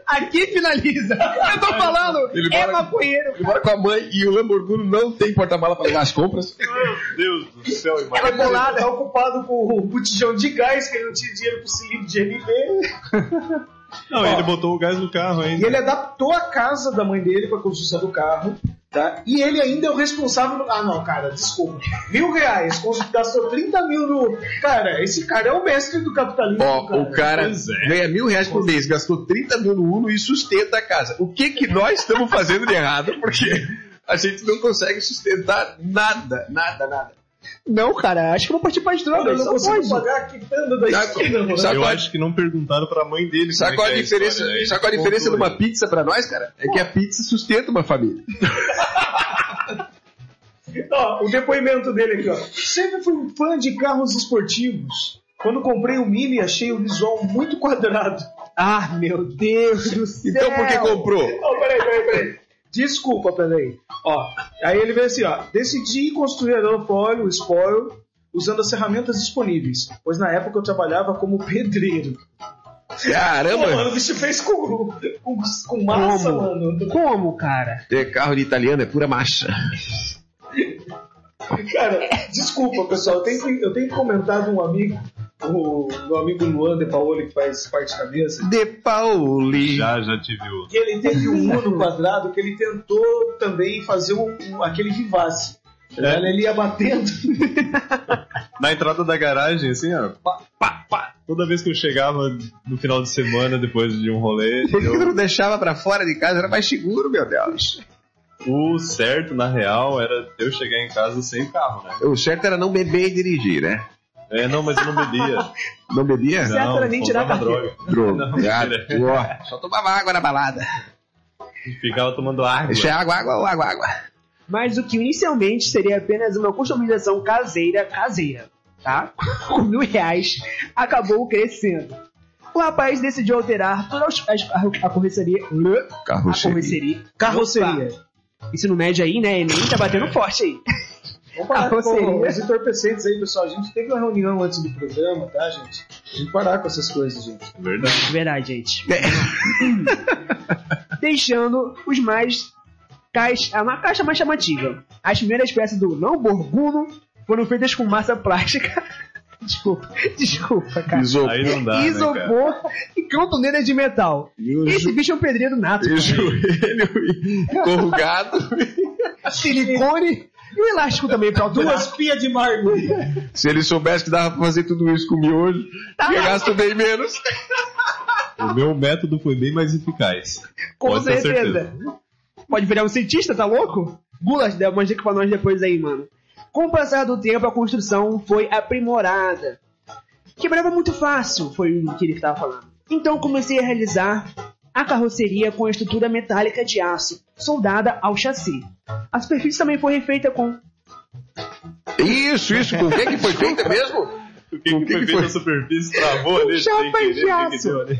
[SPEAKER 7] Aqui finaliza. Eu tô falando,
[SPEAKER 5] Ele
[SPEAKER 7] é
[SPEAKER 5] mora-
[SPEAKER 7] maconheiro.
[SPEAKER 5] Ele mora com a mãe e o Lamborghini não tem porta-mala pra levar as compras.
[SPEAKER 1] Meu Deus do céu,
[SPEAKER 2] Tá
[SPEAKER 1] imagina.
[SPEAKER 2] bolado, tá ocupado com o botijão de gás, que ele não tinha dinheiro pro cilindro de NB.
[SPEAKER 1] Não,
[SPEAKER 2] Ó.
[SPEAKER 1] ele botou o gás no carro
[SPEAKER 2] E
[SPEAKER 1] ainda.
[SPEAKER 2] ele adaptou a casa da mãe dele para a construção do carro, tá? E ele ainda é o responsável. Ah, não, cara, desculpa. Mil reais, cons- gastou 30 mil no. Cara, esse cara é o mestre do capitalismo.
[SPEAKER 5] Ó,
[SPEAKER 2] cara.
[SPEAKER 5] o cara
[SPEAKER 1] Pois é.
[SPEAKER 5] ganha mil reais por mês, gastou 30 mil no Uno e sustenta a casa. O que que nós estamos fazendo de errado? Porque a gente não consegue sustentar nada, nada, nada.
[SPEAKER 7] Não, cara, acho que eu vou partir pra droga.
[SPEAKER 2] Cara, eu não consigo pagar a quitanda da
[SPEAKER 5] Sabe-
[SPEAKER 2] esquina, mano.
[SPEAKER 5] Tá, sabe
[SPEAKER 1] Eu
[SPEAKER 5] qual- é
[SPEAKER 1] acho que não perguntaram pra mãe dele.
[SPEAKER 5] Sabe
[SPEAKER 1] como é
[SPEAKER 5] qual a
[SPEAKER 1] que é
[SPEAKER 5] diferença,
[SPEAKER 1] história, né?
[SPEAKER 5] sabe qual a diferença de
[SPEAKER 1] Contou
[SPEAKER 5] uma pizza pra nós, cara? É que a pizza sustenta uma família.
[SPEAKER 2] Ó, o depoimento dele aqui, ó. Sempre fui um fã de carros esportivos. Quando comprei o Mini, achei o visual muito quadrado.
[SPEAKER 7] Ah, meu Deus do céu.
[SPEAKER 5] Então por que comprou?
[SPEAKER 2] Ó, peraí, peraí, peraí. Desculpa, peraí. Ó, aí ele vem assim, ó. Decidi construir a Aerofólio, o Spoil, usando as ferramentas disponíveis, pois na época eu trabalhava como pedreiro. Pô, mano,
[SPEAKER 5] Caramba!
[SPEAKER 2] o bicho fez com, com, com massa,
[SPEAKER 7] Como?
[SPEAKER 2] mano.
[SPEAKER 7] Como, cara?
[SPEAKER 5] É carro de italiano é pura marcha.
[SPEAKER 2] Cara, desculpa, pessoal. Eu tenho, que- eu tenho que comentar de um amigo, o meu amigo Luan De Paoli, que faz parte da mesa.
[SPEAKER 5] De Pauli.
[SPEAKER 1] Já, já tive outro.
[SPEAKER 2] que ele teve um Uno quadrado que ele tentou também fazer um, um- aquele vivace.
[SPEAKER 1] É.
[SPEAKER 2] Ele ia batendo.
[SPEAKER 1] Na entrada da garagem, assim, ó. Pá, pá, pá. Toda vez que eu chegava no final de semana, depois de um rolê,
[SPEAKER 5] Por que tu
[SPEAKER 1] eu-
[SPEAKER 5] não deixava pra fora de casa? Era mais seguro, meu Deus.
[SPEAKER 1] o certo, na real, era eu chegar em casa sem carro, né?
[SPEAKER 5] O certo era não beber e dirigir, né?
[SPEAKER 1] É, não, mas eu não bebia.
[SPEAKER 5] Não bebia?
[SPEAKER 1] não,
[SPEAKER 7] certo era nem tirar a
[SPEAKER 1] comprava
[SPEAKER 7] carteira.
[SPEAKER 1] droga.
[SPEAKER 5] Droga.
[SPEAKER 1] Não,
[SPEAKER 5] Ah,
[SPEAKER 1] mentira.
[SPEAKER 5] ó, Só tomava água na balada.
[SPEAKER 1] Ficava tomando água.
[SPEAKER 5] Isso é água, água, água, água.
[SPEAKER 7] Mas o que inicialmente seria apenas uma customização caseira, caseira, tá? Com mil reais, acabou crescendo. O rapaz decidiu alterar toda as- as- a, a correceria.
[SPEAKER 5] Carro
[SPEAKER 7] A correceria. Carroceria. Ensino médio aí, né? Enem tá batendo forte aí.
[SPEAKER 2] Vamos parar
[SPEAKER 7] Ah, você
[SPEAKER 2] com
[SPEAKER 7] ia?
[SPEAKER 2] os entorpecentes aí, pessoal. A gente teve uma reunião antes do programa, tá, gente? A gente parar com essas coisas, gente.
[SPEAKER 1] É Verdade.
[SPEAKER 7] Verdade, gente.
[SPEAKER 5] É,
[SPEAKER 7] Deixando os mais. Caixa, uma caixa mais chamativa. As primeiras peças do Lamborghini foram feitas com massa plástica. Desculpa, desculpa, cara.
[SPEAKER 5] Isopor.
[SPEAKER 1] Aí não dá, né, cara?
[SPEAKER 7] isopor e cantoneira de metal.
[SPEAKER 5] E o
[SPEAKER 7] Esse
[SPEAKER 5] jo-
[SPEAKER 7] bicho é um pedreiro nato.
[SPEAKER 5] e o joelho corrugado.
[SPEAKER 7] É Silicone e um elástico também pra altura.
[SPEAKER 2] Duas pias de mármore.
[SPEAKER 5] Se ele soubesse que dava pra fazer tudo isso com miojo, ia gastar bem menos.
[SPEAKER 1] O meu método foi bem mais eficaz.
[SPEAKER 7] Com
[SPEAKER 1] Pode ter
[SPEAKER 7] certeza. Pode virar um cientista, tá louco? Gulas, dá uma dica pra nós depois aí, mano. Com o passar do tempo, a construção foi aprimorada. Quebrava muito fácil, foi o que ele estava falando. Então comecei a realizar a carroceria com a estrutura metálica de aço, soldada ao chassi. A superfície também foi refeita com
[SPEAKER 5] Isso, isso. Com o que, que foi feito mesmo?
[SPEAKER 1] O que, que foi feito na superfície travou ali?
[SPEAKER 7] Um chapa
[SPEAKER 1] sem querer,
[SPEAKER 7] de
[SPEAKER 1] o que que
[SPEAKER 7] aço.
[SPEAKER 1] deu ali.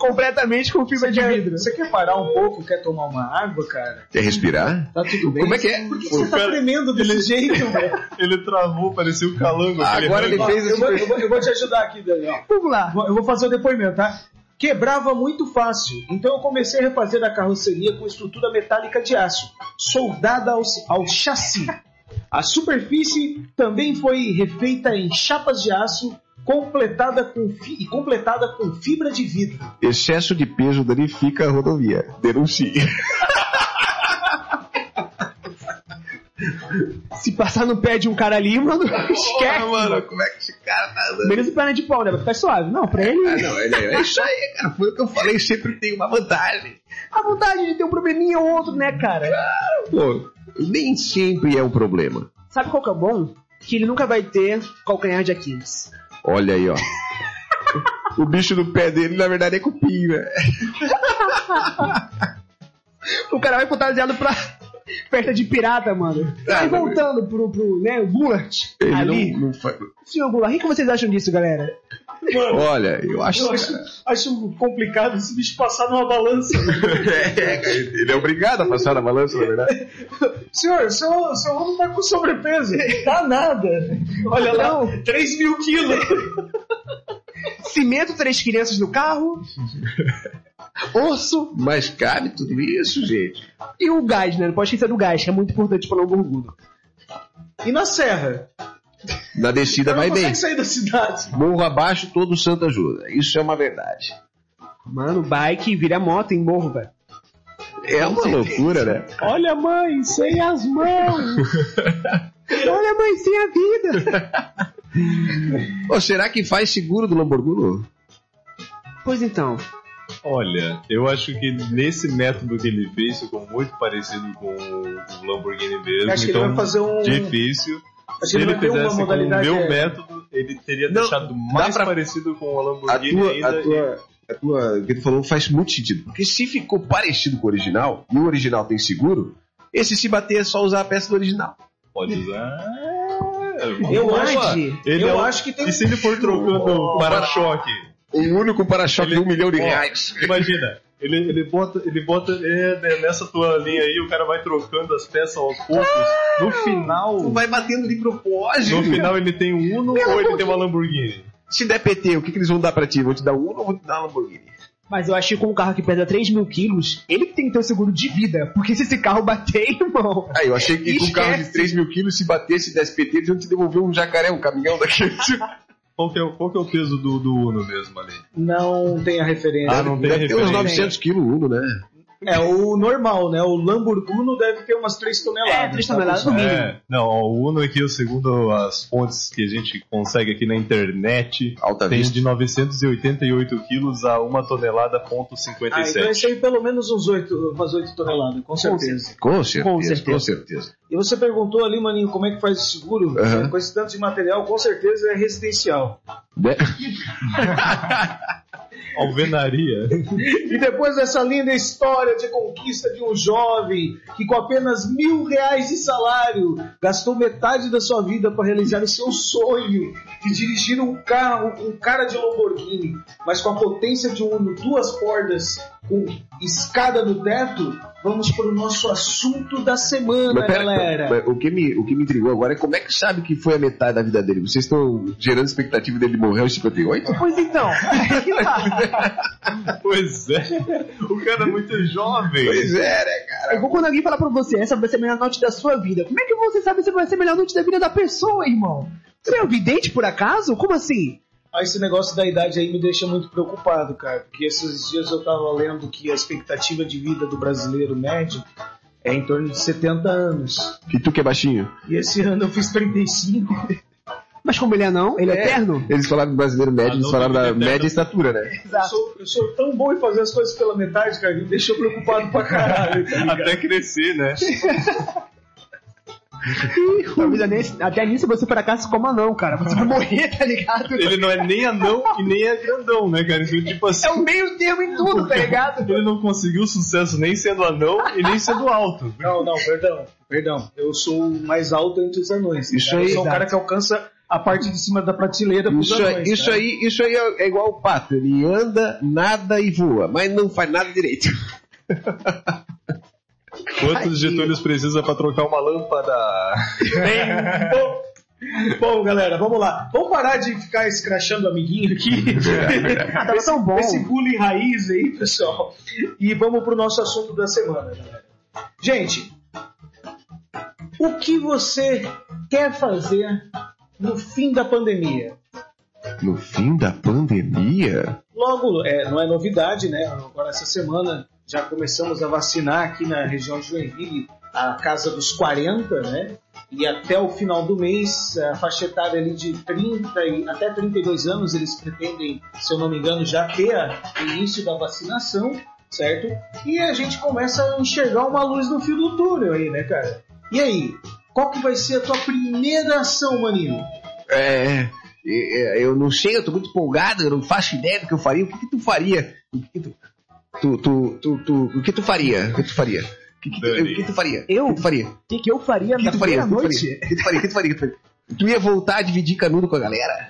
[SPEAKER 7] completamente com fibra de vidro.
[SPEAKER 2] Você quer parar um pouco? Quer tomar uma água, cara?
[SPEAKER 5] Quer respirar?
[SPEAKER 2] Tá tudo bem?
[SPEAKER 5] Como é que é?
[SPEAKER 2] Por que você tá tremendo desse jeito, velho?
[SPEAKER 1] Ele travou, parecia um calango. aquele
[SPEAKER 5] Agora ele
[SPEAKER 1] rango.
[SPEAKER 5] fez a
[SPEAKER 2] Eu vou,
[SPEAKER 5] super...
[SPEAKER 2] eu vou- eu vou te ajudar aqui, Daniel.
[SPEAKER 7] Vamos lá.
[SPEAKER 2] Vou- Eu vou fazer o depoimento, tá? Quebrava muito fácil, então eu comecei a refazer a carroceria com estrutura metálica de aço, soldada ao, ao chassi. A superfície também foi refeita em chapas de aço, completada com, fi- e completada com fibra de vidro.
[SPEAKER 5] Excesso de peso danifica a rodovia. Denuncie.
[SPEAKER 7] Se passar no pé de um cara ali, mano, esquece.
[SPEAKER 5] mano, como é que esse cara tá andando?
[SPEAKER 7] Beleza, perna de pau, né? Vai ficar suave. Não, pra
[SPEAKER 5] Ah,
[SPEAKER 7] ele.
[SPEAKER 5] não, ele- é isso aí, cara. Foi o que eu falei, sempre tem uma vantagem.
[SPEAKER 7] A vontade de ter um probleminha ou outro, né, cara?
[SPEAKER 5] Pô, nem sempre é um problema.
[SPEAKER 7] Sabe qual que é o bom? Que ele nunca vai ter calcanhar de Aquiles.
[SPEAKER 5] Olha aí, ó. o bicho do pé dele, na verdade, é cupim, né?
[SPEAKER 7] O cara vai fantasiado pra festa de pirata, mano.
[SPEAKER 5] Ah,
[SPEAKER 7] Aí
[SPEAKER 5] não,
[SPEAKER 7] voltando pro, pro né, o Gullart.
[SPEAKER 5] Ele
[SPEAKER 7] Ali.
[SPEAKER 5] não, não faz...
[SPEAKER 7] Senhor Gullart, o que que vocês acham disso, galera?
[SPEAKER 5] Olha, eu acho,
[SPEAKER 2] Eu acho,
[SPEAKER 5] cara,
[SPEAKER 2] acho complicado esse bicho passar numa balança.
[SPEAKER 5] É, cara, ele é obrigado a passar na balança, na verdade.
[SPEAKER 2] Senhor, seu, seu homem tá com sobrepeso. Tá nada. Olha lá, 3 mil quilos.
[SPEAKER 7] Cimento, três crianças no carro. Osso
[SPEAKER 5] Mas cabe tudo isso, gente.
[SPEAKER 7] e o gás, né? Não pode esquecer do gás, que é muito importante pra não gorgudo.
[SPEAKER 2] E na serra? é
[SPEAKER 5] Na descida vai
[SPEAKER 2] Não
[SPEAKER 5] bem.
[SPEAKER 2] consegue sair da cidade.
[SPEAKER 5] Morro abaixo, todo santo ajuda. Isso é uma verdade.
[SPEAKER 7] Mano, bike vira moto em morro, velho.
[SPEAKER 5] É uma loucura, né?
[SPEAKER 7] Olha, mãe, sem as mãos. Olha, mãe, sem a vida.
[SPEAKER 5] Ou será que faz seguro do Lamborghini?
[SPEAKER 7] Pois então,
[SPEAKER 1] Olha, eu acho que nesse método que ele fez ficou muito parecido com o Lamborghini mesmo.
[SPEAKER 2] Acho que ele
[SPEAKER 1] então,
[SPEAKER 2] vai fazer um.
[SPEAKER 1] difícil.
[SPEAKER 2] Acho que
[SPEAKER 1] Se
[SPEAKER 2] ele
[SPEAKER 1] ele
[SPEAKER 2] vai ter uma
[SPEAKER 1] fizesse com o
[SPEAKER 2] modalidade.
[SPEAKER 1] meu
[SPEAKER 2] é,
[SPEAKER 1] método, ele teria deixado mais parecido com o
[SPEAKER 5] A
[SPEAKER 1] Lamborghini
[SPEAKER 5] tua,
[SPEAKER 1] ainda.
[SPEAKER 5] a tua, a tua, o que tu falou faz muito sentido. Porque se ficou parecido com o original, e o original tem seguro, esse se bater é só usar a peça do original.
[SPEAKER 1] e Pode usar.
[SPEAKER 2] Eu
[SPEAKER 1] Opa,
[SPEAKER 2] acho,
[SPEAKER 1] ele é
[SPEAKER 2] eu
[SPEAKER 1] um-
[SPEAKER 2] acho que tem
[SPEAKER 1] E se ele for trocando o para-choque?
[SPEAKER 5] Um único para-choque de um milhão de
[SPEAKER 1] Ó,
[SPEAKER 5] reais.
[SPEAKER 1] Imagina, ele, ele bota, ele bota é, né, nessa tua linha aí, o cara vai trocando as peças aos poucos.
[SPEAKER 2] Ah,
[SPEAKER 1] No final,
[SPEAKER 5] Vai batendo de propósito.
[SPEAKER 1] no final ele tem um Uno ou ele tem uma Lamborghini?
[SPEAKER 5] Se der PT, o que, que eles vão dar pra ti? Vão te dar um ou vão te dar um Lamborghini?
[SPEAKER 7] Mas eu acho que com um carro que pesa 3 mil quilos, ele que tem que ter o seguro de vida. Porque se esse carro bater, irmão.
[SPEAKER 5] Ah, eu achei que com um carro de
[SPEAKER 7] Esquece.
[SPEAKER 5] 3 mil quilos, se batesse e desse PT, eles vão te devolver um jacaré, um caminhão daquele.
[SPEAKER 1] Qual que é, o- qual que é o peso do, do Uno mesmo ali?
[SPEAKER 2] Não tem a referência.
[SPEAKER 1] Ah, não tem
[SPEAKER 5] Deve ter uns
[SPEAKER 1] referência.
[SPEAKER 5] 900 quilos, Uno, né?
[SPEAKER 2] É o normal, né? O Lamborghini deve ter umas 3 toneladas.
[SPEAKER 7] É, três
[SPEAKER 2] tá,
[SPEAKER 7] toneladas
[SPEAKER 2] pessoal?
[SPEAKER 7] no mínimo.
[SPEAKER 1] É, não, ó, o Uno aqui, segundo as fontes que a gente consegue aqui na internet,
[SPEAKER 5] Alta
[SPEAKER 1] tem
[SPEAKER 5] vista.
[SPEAKER 1] de 988 quilos a 1 tonelada ponto
[SPEAKER 2] Ah,
[SPEAKER 7] é
[SPEAKER 2] então
[SPEAKER 1] 57.
[SPEAKER 2] esse aí pelo menos uns 8, umas 8 toneladas, com certeza.
[SPEAKER 5] Com certeza,
[SPEAKER 7] Com
[SPEAKER 5] com
[SPEAKER 7] certeza.
[SPEAKER 5] certeza.
[SPEAKER 2] E você perguntou ali, maninho, como é que faz o seguro?
[SPEAKER 5] Aham.
[SPEAKER 2] Com esse tanto de material, com certeza é residencial.
[SPEAKER 5] Né?
[SPEAKER 1] Alvenaria.
[SPEAKER 2] E depois dessa linda história de conquista de um jovem que com apenas mil reais de salário gastou metade da sua vida para realizar o seu sonho de dirigir um carro com cara de Lamborghini, mas com a potência de um Uno, duas portas, com escada no teto, vamos para o nosso assunto da semana,
[SPEAKER 5] Mas pera,
[SPEAKER 2] galera.
[SPEAKER 5] mas o, que me, o que me intrigou agora é como é que sabe que foi a metade da vida dele? Vocês estão gerando expectativa dele morrer aos 58?
[SPEAKER 7] Pois então. tá.
[SPEAKER 1] pois é, o cara é muito jovem.
[SPEAKER 5] é, né, cara?
[SPEAKER 7] Eu vou quando alguém falar pra você, essa vai ser a melhor noite da sua vida. Como é que você sabe se vai ser a melhor noite da vida da pessoa, irmão? Você é um vidente, por acaso? Como assim?
[SPEAKER 2] Ah, Esse negócio da idade aí me deixa muito preocupado, cara, porque esses dias eu tava lendo que a expectativa de vida do brasileiro médio é em torno de 70 anos.
[SPEAKER 5] E tu que é baixinho?
[SPEAKER 2] E esse ano eu fiz 35.
[SPEAKER 7] Mas como ele é não, ele é, eterno?
[SPEAKER 5] Eles falaram do brasileiro médio,
[SPEAKER 1] Ah,
[SPEAKER 5] eles
[SPEAKER 1] não,
[SPEAKER 5] falaram
[SPEAKER 1] não,
[SPEAKER 5] da
[SPEAKER 1] não, não.
[SPEAKER 5] média estatura, né?
[SPEAKER 2] Eu sou, eu sou tão bom em fazer as coisas pela metade, cara, que me deixou preocupado pra caralho. tá ligado?
[SPEAKER 1] Até crescer, né?
[SPEAKER 7] Talvez até- até nisso você por acaso como não, cara. Você vai morrer, tá ligado?
[SPEAKER 1] Ele não é nem anão e nem é grandão, né, cara? Então, tipo assim,
[SPEAKER 7] É o meio termo em tudo, tá ligado?
[SPEAKER 1] ele não conseguiu sucesso nem sendo anão e nem sendo alto.
[SPEAKER 2] Não, não, perdão, perdão. Eu sou o mais alto entre os anões.
[SPEAKER 5] Isso
[SPEAKER 2] cara.
[SPEAKER 5] aí,
[SPEAKER 2] Eu sou o
[SPEAKER 5] exato.
[SPEAKER 2] cara que alcança a parte de cima da prateleira pros
[SPEAKER 5] Isso, aí-
[SPEAKER 2] anões.
[SPEAKER 5] isso
[SPEAKER 2] cara.
[SPEAKER 5] aí, isso aí é é igual o pato, ele anda, nada e voa, mas não faz nada direito.
[SPEAKER 1] Quantos Getúlios precisa pra trocar uma lâmpada?
[SPEAKER 2] Bom, galera, vamos lá. Vamos parar de ficar escrachando o amiguinho aqui.
[SPEAKER 7] Ah, Tava tão bom.
[SPEAKER 2] Esse bullying raiz aí, pessoal. E vamos pro nosso assunto da semana, galera. Gente, o que você quer fazer no fim da pandemia?
[SPEAKER 5] No fim da pandemia?
[SPEAKER 2] Logo, é, não é novidade, né? Agora essa semana já começamos a vacinar aqui na região de Joinville a casa dos 40, né? E até o final do mês, a faixa etária ali de 30 e até 32 anos, eles pretendem, se eu não me engano, já ter a- o início da vacinação, certo? E a gente começa a enxergar uma luz no fio do túnel aí, né, cara? E aí, qual que vai ser a tua primeira ação, maninho?
[SPEAKER 5] É, é, é, eu não sei, eu tô muito empolgado, eu não faço ideia do que eu faria, o que, que tu faria? O que tu, tu, tu, tu, tu- o que tu faria? O que tu faria? O que, que tu,
[SPEAKER 1] Dani.
[SPEAKER 5] o que tu faria?
[SPEAKER 7] Eu?
[SPEAKER 5] O que tu faria?
[SPEAKER 7] O que, que eu faria
[SPEAKER 5] O que
[SPEAKER 7] na
[SPEAKER 5] tu faria?
[SPEAKER 7] primeira
[SPEAKER 5] O que tu
[SPEAKER 7] noite?
[SPEAKER 5] faria? O que tu faria? O que tu faria? O que tu faria? Tu ia voltar a dividir canudo com a galera?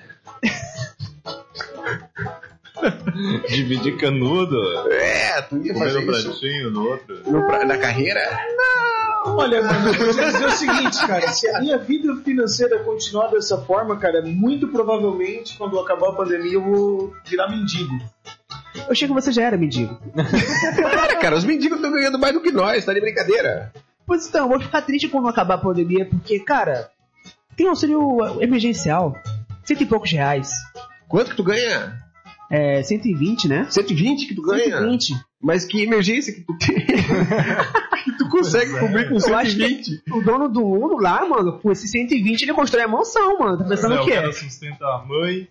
[SPEAKER 1] Dividir canudo?
[SPEAKER 5] É, tu ia
[SPEAKER 1] Comer
[SPEAKER 5] fazer
[SPEAKER 1] um
[SPEAKER 5] isso
[SPEAKER 1] pratinho no outro?
[SPEAKER 5] no pra- na carreira?
[SPEAKER 2] Olha, mano, eu vou te dizer o seguinte, cara. Se a minha vida financeira continuar dessa forma, cara, muito provavelmente quando acabar a pandemia eu vou virar mendigo.
[SPEAKER 7] Eu achei que você já era mendigo.
[SPEAKER 5] Para, cara, os mendigos estão ganhando mais do que nós, tá de brincadeira.
[SPEAKER 7] Pois então, eu vou ficar triste quando acabar a pandemia, porque, cara, um tem auxílio emergencial. Cento e poucos reais.
[SPEAKER 5] Quanto que tu ganha?
[SPEAKER 7] é, 120, né?
[SPEAKER 5] 120 que tu ganha?
[SPEAKER 7] 120.
[SPEAKER 5] Mas que emergência que tu tem? que tu consegue cobrir com
[SPEAKER 7] é. Eu acho
[SPEAKER 5] 120?
[SPEAKER 7] que o dono do Uno lá, mano, por esse 120 ele constrói a mansão, mano. Tá pensando
[SPEAKER 1] É,
[SPEAKER 7] o quê?
[SPEAKER 1] cara sustenta a mãe,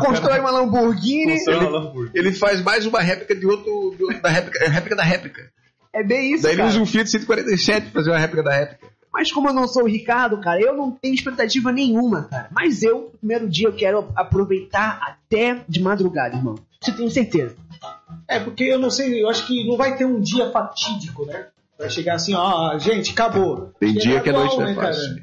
[SPEAKER 7] Constrói uma Lamborghini.
[SPEAKER 1] funciona a Lamborghini.
[SPEAKER 5] Ele faz mais uma réplica de outro. de outro- da réplica, é réplica da réplica.
[SPEAKER 7] É bem isso,
[SPEAKER 5] Daí ele
[SPEAKER 7] cara.
[SPEAKER 5] usa um Fiat 147 pra fazer uma réplica da réplica.
[SPEAKER 7] Mas como eu não sou o Ricardo, cara, eu não tenho expectativa nenhuma, cara. Mas eu, no primeiro dia, eu quero aproveitar até de madrugada, irmão. Isso eu tenho certeza.
[SPEAKER 2] É, porque eu não sei, eu acho que não vai ter um dia fatídico, né? Vai chegar assim, ó, gente, acabou.
[SPEAKER 5] Tem
[SPEAKER 2] É
[SPEAKER 5] dia que a
[SPEAKER 2] gradual,
[SPEAKER 5] noite não é
[SPEAKER 2] né, cara?
[SPEAKER 5] fácil.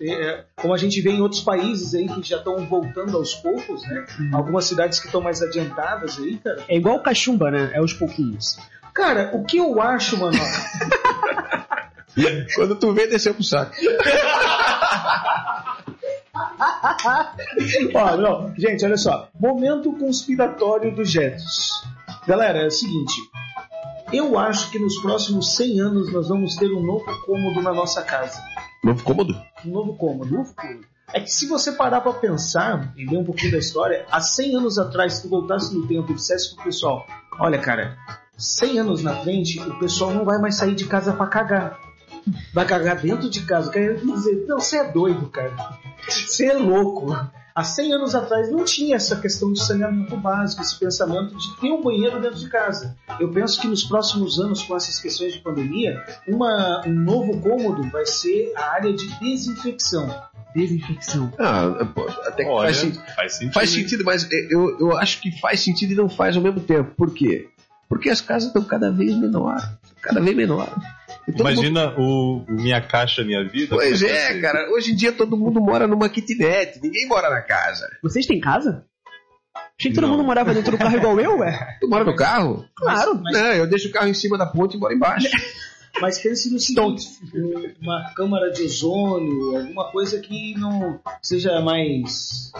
[SPEAKER 2] É, como a gente vê em outros países aí que já estão voltando aos poucos, né? Algumas cidades que estão mais adiantadas aí, cara.
[SPEAKER 7] É igual o cachumba, né? É os pouquinhos.
[SPEAKER 2] Cara, o que eu acho, mano? ó,
[SPEAKER 5] Quando tu vê, desceu pro saco.
[SPEAKER 2] Ó, não, gente, olha só. Momento conspiratório dos Jetos. Galera, é o seguinte. Eu acho que nos próximos 100 anos nós vamos ter um novo cômodo na nossa casa.
[SPEAKER 5] Novo cômodo?
[SPEAKER 2] um novo cômodo. Novo cômodo. É que se você parar pra pensar e ler um pouquinho da história, há 100 anos atrás, se tu voltasse no tempo e dissesse pro pessoal: Olha, cara, 100 anos na frente, o pessoal não vai mais sair de casa pra cagar. Vai cagar dentro de casa. Quer dizer, não, você é doido, cara. Você é louco. Há 100 anos atrás não tinha essa questão de saneamento básico, esse pensamento de ter um banheiro dentro de casa. Eu penso que nos próximos anos, com essas questões de pandemia, uma- um novo cômodo vai ser a área de desinfecção.
[SPEAKER 7] Desinfecção.
[SPEAKER 5] Ah, pô, até que
[SPEAKER 1] Olha,
[SPEAKER 5] faz sentido.
[SPEAKER 1] faz sentido.
[SPEAKER 5] Faz sentido, mas é, eu, eu acho que faz sentido e não faz ao mesmo tempo. Por quê? Porque as casas estão cada vez menor. Cada vez menor. Então, E todo mundo-
[SPEAKER 1] Imagina o, o Minha Caixa Minha Vida.
[SPEAKER 5] Pois é, cara. Hoje em dia todo mundo mora numa kitnet. Ninguém mora na casa.
[SPEAKER 7] Vocês têm casa? Achei que todo
[SPEAKER 1] Não.
[SPEAKER 7] mundo morava dentro do carro igual eu, ué.
[SPEAKER 5] Tu mora no carro?
[SPEAKER 7] Claro.
[SPEAKER 2] Mas-
[SPEAKER 5] Não, eu deixo o carro em cima da ponte e moro embaixo.
[SPEAKER 2] Mas pense no seguinte: um, uma câmara de ozônio, alguma coisa que não seja mais,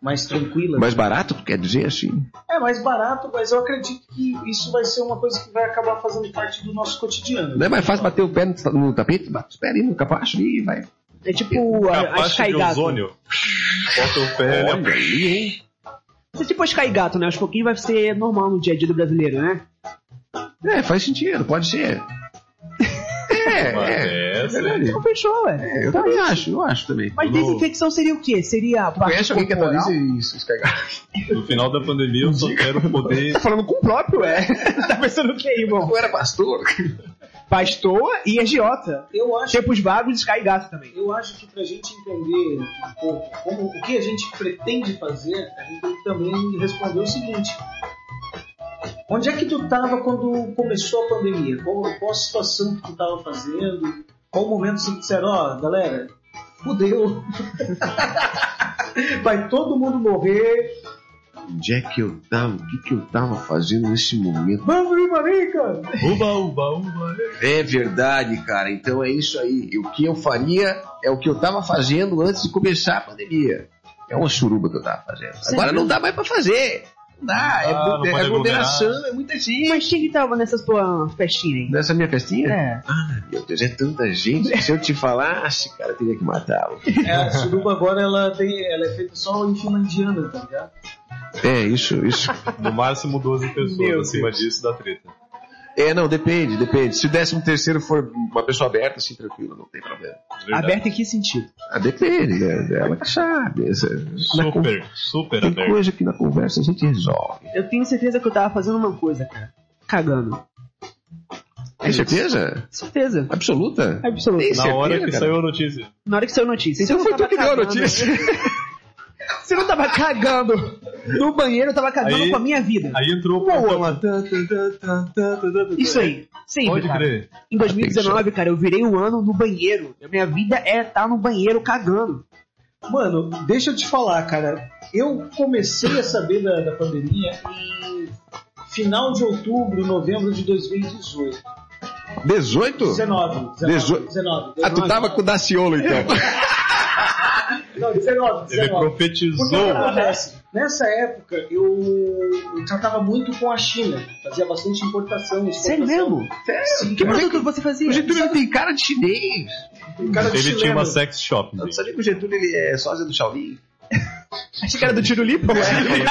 [SPEAKER 2] mais tranquila.
[SPEAKER 5] Mais barato, tu quer dizer assim?
[SPEAKER 2] É mais barato, mas eu acredito que isso vai ser uma coisa que vai acabar fazendo parte do nosso cotidiano.
[SPEAKER 5] Não é mais fácil bater o pé no, no tapete? Bate os pés ali no capacho e vai.
[SPEAKER 7] É tipo a, a
[SPEAKER 1] Caixa
[SPEAKER 7] Sky
[SPEAKER 1] de
[SPEAKER 7] Gato.
[SPEAKER 1] ozônio. Bota o pé, né?
[SPEAKER 5] Olha aí, hein?
[SPEAKER 7] Isso é tipo a Sky Gato, né? Aos pouquinhos vai ser normal no dia a dia do brasileiro, né?
[SPEAKER 5] É, faz sentido, pode ser.
[SPEAKER 1] Mas
[SPEAKER 5] É, é.
[SPEAKER 1] é,
[SPEAKER 5] verdade.
[SPEAKER 7] Então fechou, ué.
[SPEAKER 5] É, eu também acho, eu acho também.
[SPEAKER 7] Mas
[SPEAKER 1] Eu não-
[SPEAKER 7] desinfecção seria o quê? Seria a parte
[SPEAKER 5] Conhece alguém que é
[SPEAKER 7] corporal?
[SPEAKER 5] analisa isso? Os cagar-
[SPEAKER 1] no final da pandemia eu só quero poder.
[SPEAKER 7] Tá falando com o próprio, é. tá pensando o quê, irmão?
[SPEAKER 5] Tu era pastor?
[SPEAKER 7] Pastoa e agiota.
[SPEAKER 2] Eu acho
[SPEAKER 7] Tempos vagos e Sky Gato também.
[SPEAKER 2] Eu acho que pra gente entender um pouco como, o que a gente pretende fazer, a gente tem que também responder o seguinte. Onde é que tu estava quando começou a pandemia? Qual, qual a situação que tu estava fazendo? Qual o momento que disseram, ó, galera, fudeu. Vai todo mundo morrer.
[SPEAKER 5] Onde é que eu tava? O que, que eu tava fazendo nesse momento?
[SPEAKER 2] Vamos vir marica!
[SPEAKER 1] Uba, uba, uba. né?
[SPEAKER 5] É verdade, cara. Então é isso aí. E O que eu faria é o que eu tava fazendo antes de começar a pandemia. É uma suruba que eu tava fazendo. Agora não dá mais pra fazer. Não dá. é,
[SPEAKER 1] Ah, não
[SPEAKER 5] é
[SPEAKER 1] pode
[SPEAKER 5] aglomeração, é muita gente.
[SPEAKER 7] Mas quem que tava nessa sua festinha
[SPEAKER 5] Nessa minha
[SPEAKER 7] aí?
[SPEAKER 5] festinha?
[SPEAKER 7] É.
[SPEAKER 5] Meu Deus, é tanta gente. que Se eu te falasse, cara, eu teria que matá-lo.
[SPEAKER 2] É, a suruba agora ela, tem, ela é feita só em finlandiana, tá ligado?
[SPEAKER 5] É, isso, isso.
[SPEAKER 1] No máximo 12 pessoas.
[SPEAKER 7] Meu
[SPEAKER 1] acima disso dá treta.
[SPEAKER 5] É, não, depende, depende. Se o décimo terceiro for uma pessoa aberta, assim, tranquilo, não tem problema.
[SPEAKER 1] Verdade.
[SPEAKER 7] Aberta em que sentido?
[SPEAKER 5] Ah, depende, é ela que sabe. Essa- na con-
[SPEAKER 1] Super, super
[SPEAKER 5] Tem
[SPEAKER 1] aberto.
[SPEAKER 5] coisa que na conversa a gente resolve.
[SPEAKER 7] Eu tenho certeza que eu tava fazendo uma coisa, cara. Cagando.
[SPEAKER 1] É
[SPEAKER 5] Tem certeza?
[SPEAKER 7] Certeza.
[SPEAKER 5] Absoluta?
[SPEAKER 7] Absoluta.
[SPEAKER 5] Tem
[SPEAKER 1] Na hora
[SPEAKER 5] certeza,
[SPEAKER 1] que
[SPEAKER 5] é cara?
[SPEAKER 1] saiu a notícia.
[SPEAKER 7] Na hora que saiu a notícia.
[SPEAKER 5] Então
[SPEAKER 7] eu
[SPEAKER 5] foi
[SPEAKER 7] tava
[SPEAKER 5] tu que deu a
[SPEAKER 7] cagando. né?
[SPEAKER 5] notícia.
[SPEAKER 7] Se eu não tava cagando no banheiro, eu tava cagando
[SPEAKER 1] Aí-
[SPEAKER 7] com a minha vida.
[SPEAKER 1] Aí entrou o programa.
[SPEAKER 7] Isso aí. Sempre,
[SPEAKER 1] Pode
[SPEAKER 7] cara.
[SPEAKER 1] crer.
[SPEAKER 7] Em 2019, cara, eu virei um ano no banheiro. Minha vida é estar no banheiro cagando.
[SPEAKER 2] Mano, deixa eu te falar, cara. Eu comecei a saber da, da pandemia em final de outubro, novembro de 2018.
[SPEAKER 5] 18?
[SPEAKER 2] 19. 19.
[SPEAKER 5] Dezo-
[SPEAKER 2] 19.
[SPEAKER 5] Ah, tu tava com o Daciolo, então.
[SPEAKER 2] Não, 19.
[SPEAKER 1] Ele
[SPEAKER 2] 19. Porque o que
[SPEAKER 1] profetizou.
[SPEAKER 2] acontece? Nessa época, eu, eu tratava muito com a China. Fazia bastante importação. exportação.
[SPEAKER 7] Sério mesmo?
[SPEAKER 2] Sim,
[SPEAKER 7] Que
[SPEAKER 2] cara.
[SPEAKER 7] produto você fazia?
[SPEAKER 5] O Getúlio tem cara de chinês.
[SPEAKER 2] Cara de
[SPEAKER 1] Ele tinha
[SPEAKER 2] chileno.
[SPEAKER 1] uma sex shop.
[SPEAKER 5] Eu não sabia que o Getúlio ele é sósia do Shaolin.
[SPEAKER 7] Achei que era do Tiro Lipo.
[SPEAKER 1] Ele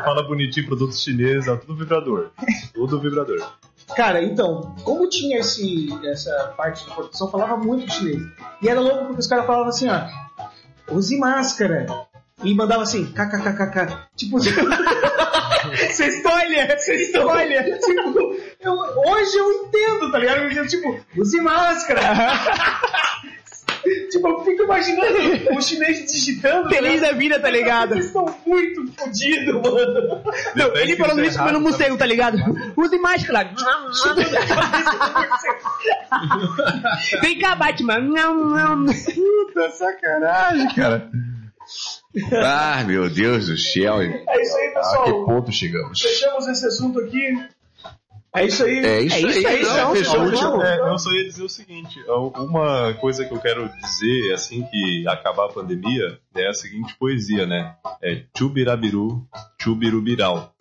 [SPEAKER 1] fala bonitinho, produtos chineses, é tudo vibrador. Tudo vibrador.
[SPEAKER 2] Cara, então, como tinha esse, essa parte da produção, falava muito chinês. E era louco porque os caras falavam assim, ó, use máscara. E mandava assim, kkkk. Tipo, você escolha, você
[SPEAKER 7] Então,
[SPEAKER 2] escolha. Então, tipo, eu- hoje eu entendo, tá ligado? Eu, tipo, use máscara. tipo, eu fico imaginando o chinês digitando. né?
[SPEAKER 7] Feliz da vida, tá ligado?
[SPEAKER 2] Vocês estão muito fodidos, mano.
[SPEAKER 7] Não, ele falando isso comendo um morcego, tá ligado? Use máscara. Vem cá, Batman. Não, não.
[SPEAKER 5] Puta Tá sacanagem, cara. Ah, meu Deus do céu. um.
[SPEAKER 2] É isso aí,
[SPEAKER 5] A Ah, que
[SPEAKER 2] pessoal.
[SPEAKER 5] ponto chegamos?
[SPEAKER 2] Fechamos esse assunto aqui. É isso aí.
[SPEAKER 5] É isso,
[SPEAKER 7] É isso aí,
[SPEAKER 5] não,
[SPEAKER 7] então,
[SPEAKER 5] fechou
[SPEAKER 7] então,
[SPEAKER 5] o último.
[SPEAKER 2] Não,
[SPEAKER 1] É, eu só ia dizer o seguinte: é, uma coisa que eu quero dizer assim que acabar a pandemia é a seguinte poesia, né? É Chubirabiru, Chubirubiral.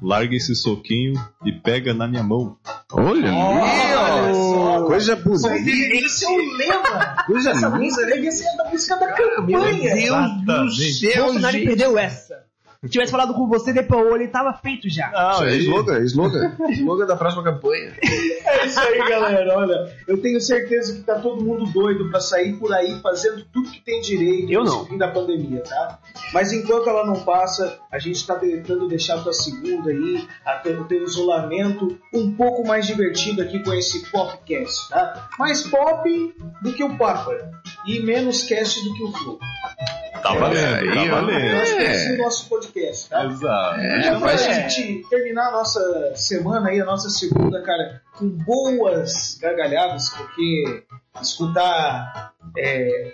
[SPEAKER 1] Larga esse soquinho e pega na minha mão.
[SPEAKER 5] Olha, ali, ó. Coisa bonita.
[SPEAKER 2] Esse é o lema. é
[SPEAKER 5] Coisa
[SPEAKER 2] Essa
[SPEAKER 5] linda.
[SPEAKER 2] música deve ser da música da campanha.
[SPEAKER 1] Exatamente.
[SPEAKER 7] Bolsonaro perdeu essa. Se tivesse falado com você de Paola, ele tava feito já.
[SPEAKER 5] Isso é slogan, slogan. slogan da próxima campanha.
[SPEAKER 2] É isso aí, galera. Olha, eu tenho certeza que tá todo mundo doido pra sair por aí fazendo tudo que tem direito
[SPEAKER 7] Eu
[SPEAKER 2] nesse
[SPEAKER 7] não.
[SPEAKER 2] fim da pandemia, tá? Mas enquanto ela não passa, a gente tá tentando deixar pra segunda aí, até o teu um isolamento um pouco mais divertido aqui com esse popcast, tá? Mais pop do que o Papa e menos cast do que o Flow.
[SPEAKER 1] Tá valendo, tá
[SPEAKER 5] É Aí, ó.
[SPEAKER 1] valendo.
[SPEAKER 2] Nós temos
[SPEAKER 5] É.
[SPEAKER 2] o nosso podcast, tá?
[SPEAKER 1] Exato.
[SPEAKER 5] É,
[SPEAKER 2] Já pra
[SPEAKER 5] faz
[SPEAKER 2] gente terminar a nossa semana aí, a nossa segunda, cara, com boas gargalhadas, porque escutar. É,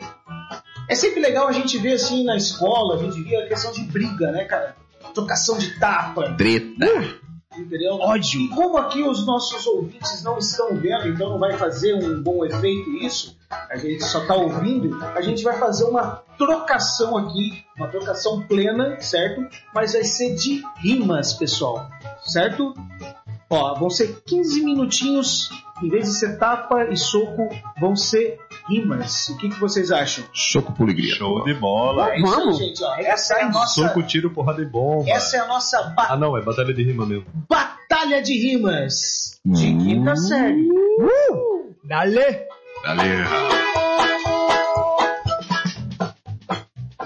[SPEAKER 2] é sempre legal a gente ver assim na escola, a gente via a questão de briga, né, cara? Trocação de tapa,
[SPEAKER 5] treta.
[SPEAKER 2] entendeu? Ódio. E como aqui os nossos ouvintes não estão vendo, então não vai fazer um bom efeito isso, a gente só tá ouvindo, a gente vai fazer uma trocação aqui, uma trocação plena, certo? Mas vai ser de rimas, pessoal, certo? Ó, vão ser 15 minutinhos, em vez de ser tapa e soco, vão ser rimas. O que, que vocês acham?
[SPEAKER 5] Soco por alegria.
[SPEAKER 1] Show de bola.
[SPEAKER 2] É isso aí,
[SPEAKER 7] Vamos.
[SPEAKER 2] gente, ó, essa é a nossa,
[SPEAKER 1] Soco, tiro, porrada e bomba.
[SPEAKER 2] essa é a nossa batalha.
[SPEAKER 1] Ah, não, é batalha de rima mesmo.
[SPEAKER 2] Batalha de Rimas de quinta série.
[SPEAKER 7] Uh! Dale.
[SPEAKER 5] Valeu.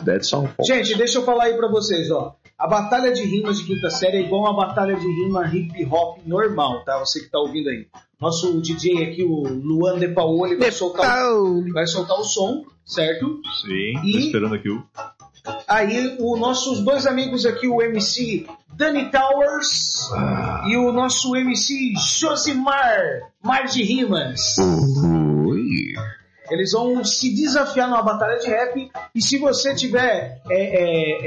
[SPEAKER 5] That's all.
[SPEAKER 2] Gente, deixa eu falar aí pra vocês, ó. A batalha de rimas de quinta série é igual a batalha de rima hip hop normal, tá? Você que tá ouvindo aí. Nosso DJ aqui, o Luan De Paoli, vai soltar, o- vai soltar o som, certo?
[SPEAKER 1] Sim,
[SPEAKER 2] E-
[SPEAKER 1] tô esperando aqui o.
[SPEAKER 2] Aí, os nossos dois amigos aqui, o MC Danny Towers e o nosso MC Josimar, Mar de Rimas.
[SPEAKER 5] Oi.
[SPEAKER 2] Eles vão se desafiar numa batalha de rap. E se você tiver é, é,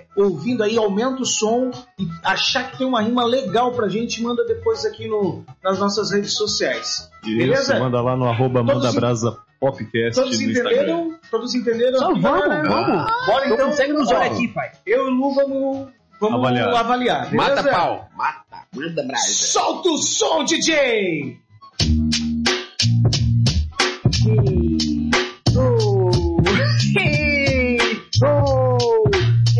[SPEAKER 2] é, ouvindo aí, aumenta o som e achar que tem uma rima legal pra gente, manda depois aqui no, nas nossas redes sociais.
[SPEAKER 1] Isso,
[SPEAKER 2] Beleza?
[SPEAKER 1] manda lá no arroba
[SPEAKER 2] Todos
[SPEAKER 1] manda
[SPEAKER 2] en-
[SPEAKER 1] brasa podcast
[SPEAKER 2] Todos
[SPEAKER 1] no Instagram. Ah,
[SPEAKER 2] entenderam? Todos entenderam?
[SPEAKER 7] Só
[SPEAKER 2] aqui,
[SPEAKER 7] vamos,
[SPEAKER 2] galera?
[SPEAKER 7] vamos.
[SPEAKER 2] Bora então.
[SPEAKER 7] Então segue nos olhos
[SPEAKER 2] Ó,
[SPEAKER 7] aqui, pai.
[SPEAKER 2] Eu e o Lu vamos, vamos avaliar.
[SPEAKER 1] Avaliar.
[SPEAKER 2] beleza?
[SPEAKER 5] Mata pau. Mata. Manda brasa.
[SPEAKER 2] Solta o som, DJ!
[SPEAKER 7] Ei, oh,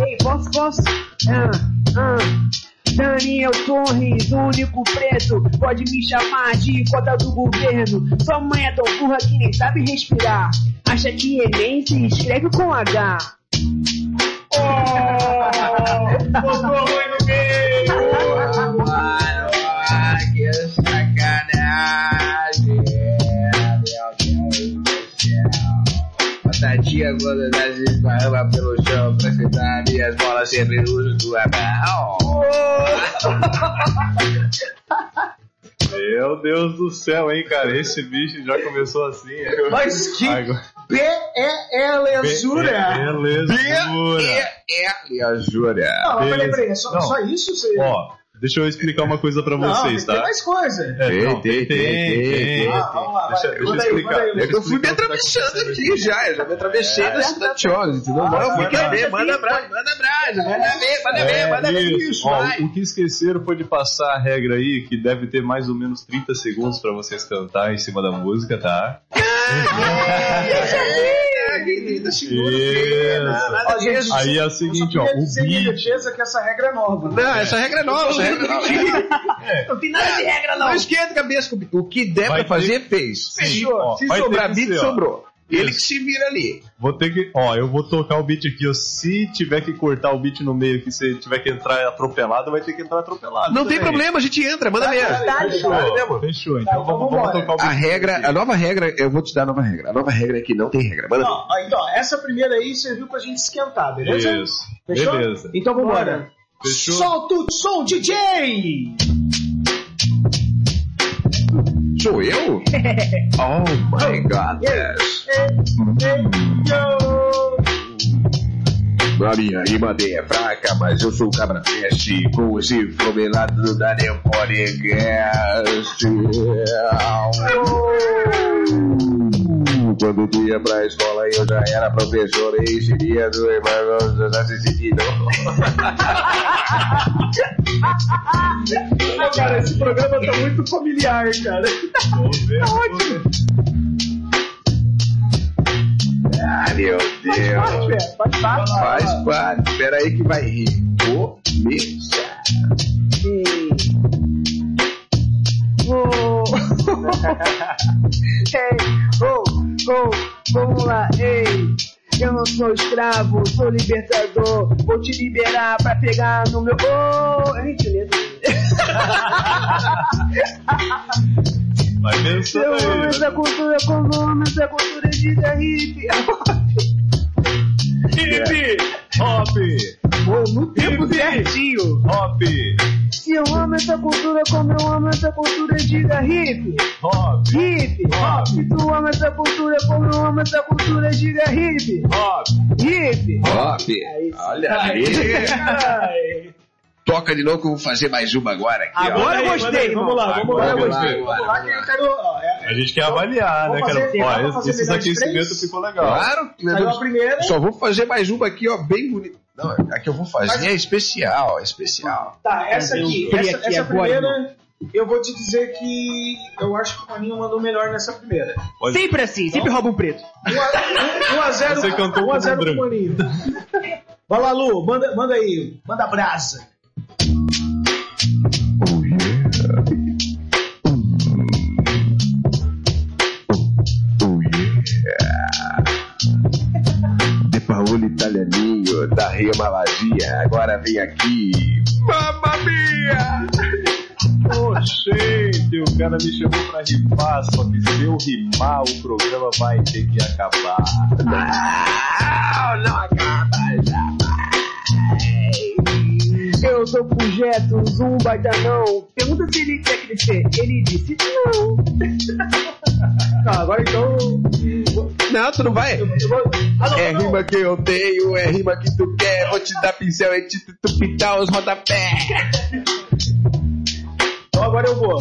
[SPEAKER 7] ei, posso, posso? Ah, ah. Daniel Torres, único preto, pode me chamar de cota do governo. Sua mãe é tão burra que nem sabe respirar. Acha que Enem se escreve com H.
[SPEAKER 5] que sacanagem. Meu Deus do céu. Batatinha quando nasce esparrama pelo chão pra sentar minhas bolas sempre uso do mão.
[SPEAKER 1] Meu Deus do céu, hein, cara? Esse bicho já começou assim. é.
[SPEAKER 2] Mas que
[SPEAKER 1] Agora-
[SPEAKER 2] P é ela, Zura!
[SPEAKER 1] Belezura.
[SPEAKER 5] E a Júlia.
[SPEAKER 2] Não, mas peraí, peraí, é só,
[SPEAKER 1] Não.
[SPEAKER 2] só isso? Você...
[SPEAKER 1] Ó, deixa eu explicar uma coisa pra
[SPEAKER 2] Não,
[SPEAKER 1] vocês,
[SPEAKER 2] tem
[SPEAKER 1] tá?
[SPEAKER 2] mais coisa.
[SPEAKER 1] É,
[SPEAKER 5] Tem,
[SPEAKER 1] não,
[SPEAKER 5] tem, tem, tem, tem.
[SPEAKER 2] Ah, vamos lá, vai.
[SPEAKER 1] Deixa, deixa eu
[SPEAKER 2] Manda aí,
[SPEAKER 1] explicar.
[SPEAKER 2] manda aí,
[SPEAKER 5] É
[SPEAKER 1] Deixa
[SPEAKER 5] que eu fui
[SPEAKER 1] explicar
[SPEAKER 5] me
[SPEAKER 1] o que tá
[SPEAKER 5] atravessando
[SPEAKER 1] acontecendo
[SPEAKER 5] aqui já, eu já me atravessei da cidade entendeu? Bora,
[SPEAKER 1] vai,
[SPEAKER 5] fica
[SPEAKER 1] vai.
[SPEAKER 5] bem, manda brasa, manda brasa, manda ver, manda ver,
[SPEAKER 1] É,
[SPEAKER 5] manda ver
[SPEAKER 1] isso.
[SPEAKER 5] isso,
[SPEAKER 1] Ó,
[SPEAKER 5] vai.
[SPEAKER 1] o que esqueceram foi de passar a regra aí, que deve ter mais ou menos 30 segundos pra vocês cantar em cima da música, tá?
[SPEAKER 5] É,
[SPEAKER 2] bem-vinda, segura.
[SPEAKER 1] Isso.
[SPEAKER 2] Nada disso.
[SPEAKER 1] Aí é o
[SPEAKER 2] Eu só
[SPEAKER 1] seguinte, ó,
[SPEAKER 2] queria
[SPEAKER 1] o
[SPEAKER 2] dizer em minha
[SPEAKER 1] beat.
[SPEAKER 2] defesa que essa regra é nova.
[SPEAKER 9] Não, essa regra é nova, essa regra é nova. É.
[SPEAKER 7] Não tem nada de regra, não.
[SPEAKER 9] Não esquenta a cabeça. O que der
[SPEAKER 1] Vai
[SPEAKER 9] pra fazer, fez.
[SPEAKER 1] Sim, ó,
[SPEAKER 9] Se
[SPEAKER 1] vai ter
[SPEAKER 9] sobrar
[SPEAKER 1] que
[SPEAKER 9] bico,
[SPEAKER 1] ser, ó.
[SPEAKER 9] sobrou. Ele
[SPEAKER 1] Isso.
[SPEAKER 9] que se vira ali.
[SPEAKER 1] Vou ter que. Ó, eu vou tocar o beat aqui. ó. Se tiver que cortar o beat no meio, que se tiver que entrar atropelado, vai ter que entrar atropelado.
[SPEAKER 9] Não tem
[SPEAKER 1] também.
[SPEAKER 9] problema, a gente entra, manda merda.
[SPEAKER 1] Fechou, fechou. Então
[SPEAKER 2] então
[SPEAKER 1] vamos, vamos
[SPEAKER 2] vambora.
[SPEAKER 1] tocar o beat.
[SPEAKER 5] A regra, a nova regra, eu vou te dar a nova regra. A nova regra é que não tem regra. Manda ver.
[SPEAKER 2] Não, ó, então, essa primeira aí serviu pra gente esquentar, beleza?
[SPEAKER 1] Isso.
[SPEAKER 2] Fechou?
[SPEAKER 1] Beleza.
[SPEAKER 2] Então vambora.
[SPEAKER 1] Fechou?
[SPEAKER 2] Solta o som, DJ!
[SPEAKER 5] Sou eu? Oh my god, yes. A minha imagem é fraca, mas eu sou cabra peste com esse flomelado da Daniel Podcast. Quando tu ia pra escola eu já era professor e seria do irmão tá da Cecilia.
[SPEAKER 2] Cara, esse programa tá muito familiar, cara.
[SPEAKER 7] Então
[SPEAKER 5] Ah, meu Deus.
[SPEAKER 2] Faz parte.
[SPEAKER 5] Faz parte. Espera aí que vai rir. Começar.
[SPEAKER 7] Ei, oh, oh, vamos lá, ei. Eu não sou escravo, sou libertador. Vou te liberar pra pegar no meu. Oh, ei, beleza.
[SPEAKER 1] Vai pensando
[SPEAKER 7] Eu amo
[SPEAKER 1] aí. né?
[SPEAKER 7] tá essa cultura como amo essa cultura é de É hip.
[SPEAKER 1] Hip, hop,
[SPEAKER 7] no tempo certinho.
[SPEAKER 1] hop,
[SPEAKER 7] Se eu amo essa cultura como eu amo essa cultura de hip.
[SPEAKER 1] hop,
[SPEAKER 7] Hip, hop, tu ama essa cultura como eu amo essa cultura, diga hip,
[SPEAKER 1] hop.
[SPEAKER 7] hip.
[SPEAKER 5] Top. Olha aí. Toca de novo que eu vou fazer mais uma agora aqui, ó.
[SPEAKER 7] Agora eu gostei,
[SPEAKER 2] Vamos lá, vamos lá.
[SPEAKER 1] Agora
[SPEAKER 2] Vamos
[SPEAKER 1] eu
[SPEAKER 2] lá,
[SPEAKER 1] gostei.
[SPEAKER 2] vamos lá que eu quero. ó, é-
[SPEAKER 1] A gente quer avaliar, né,
[SPEAKER 2] Vamos
[SPEAKER 1] cara?
[SPEAKER 2] fazer- vamos
[SPEAKER 1] Ó,
[SPEAKER 2] fazer
[SPEAKER 1] esses
[SPEAKER 2] melhor de
[SPEAKER 1] aquecimentos
[SPEAKER 2] três?
[SPEAKER 1] ficou
[SPEAKER 7] Ah.
[SPEAKER 1] legal.
[SPEAKER 5] Claro.
[SPEAKER 2] Saiu a primeira.
[SPEAKER 5] né, Só vou fazer mais uma aqui, ó, bem bonita. Não, a que eu vou fazer é especial, é especial.
[SPEAKER 2] Tá, essa
[SPEAKER 1] um
[SPEAKER 2] aqui. Essa,
[SPEAKER 7] aqui
[SPEAKER 2] essa
[SPEAKER 7] agora,
[SPEAKER 2] primeira, eu vou te dizer que eu acho que o Maninho mandou melhor nessa primeira.
[SPEAKER 7] Sempre assim, sempre rouba um preto.
[SPEAKER 2] 1x0
[SPEAKER 1] Você cantou com o
[SPEAKER 2] pro
[SPEAKER 1] branco.
[SPEAKER 2] Maninho. Vai lá, Lu, manda, manda aí, manda brasa.
[SPEAKER 5] Oh, yeah. Oh, yeah. De Paolo Italianinho, da Rima Magia, agora vem aqui. Mamma mia!
[SPEAKER 1] Ô, gente, o cara me chamou pra rimar, só que se eu rimar, o programa vai ter que acabar.
[SPEAKER 5] Não, não acaba
[SPEAKER 7] Eu sou projetos, um baita não. Pergunta se ele quer crescer. Ele disse não.
[SPEAKER 2] Tá, agora então.
[SPEAKER 9] Não, tu não vai.
[SPEAKER 2] eu vou- Ah, não,
[SPEAKER 5] É
[SPEAKER 2] não.
[SPEAKER 5] rima que eu tenho, é rima que tu quer. Vou te dar pincel e te tu pintar os rodapé.
[SPEAKER 2] Então agora eu vou.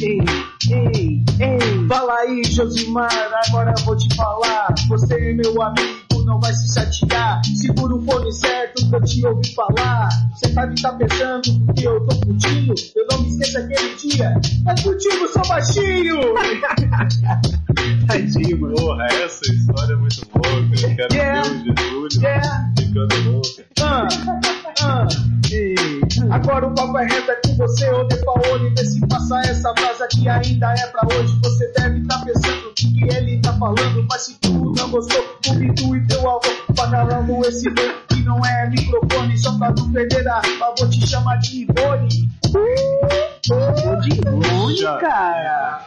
[SPEAKER 7] Ei, ei, ei.
[SPEAKER 2] Fala aí, Josimar, agora eu vou te falar. Você é meu amigo, não vai se chatear. Segura o fone certo pra eu te ouvir falar. Você sabe que tá pensando porque eu tô curtindo. Eu não me esqueço aquele dia. Mas contigo sou baixinho.
[SPEAKER 1] Porra, essa história é muito louca. Eu quero
[SPEAKER 2] Yeah.
[SPEAKER 1] ver o Getúlio
[SPEAKER 2] Yeah.
[SPEAKER 1] ficando louco.
[SPEAKER 2] Ah, ah. Agora o papo é reto é com você, ô De Paoli. Vê se passa essa frase que ainda é pra hoje. Você deve tá pensando o que ele tá falando. Mas se tu não gostou, o tu e teu avô pagaram esse bem que não é microfone. Só pra tu perder a rima, vou te chamar de Ivone.
[SPEAKER 1] Já-
[SPEAKER 7] Cara,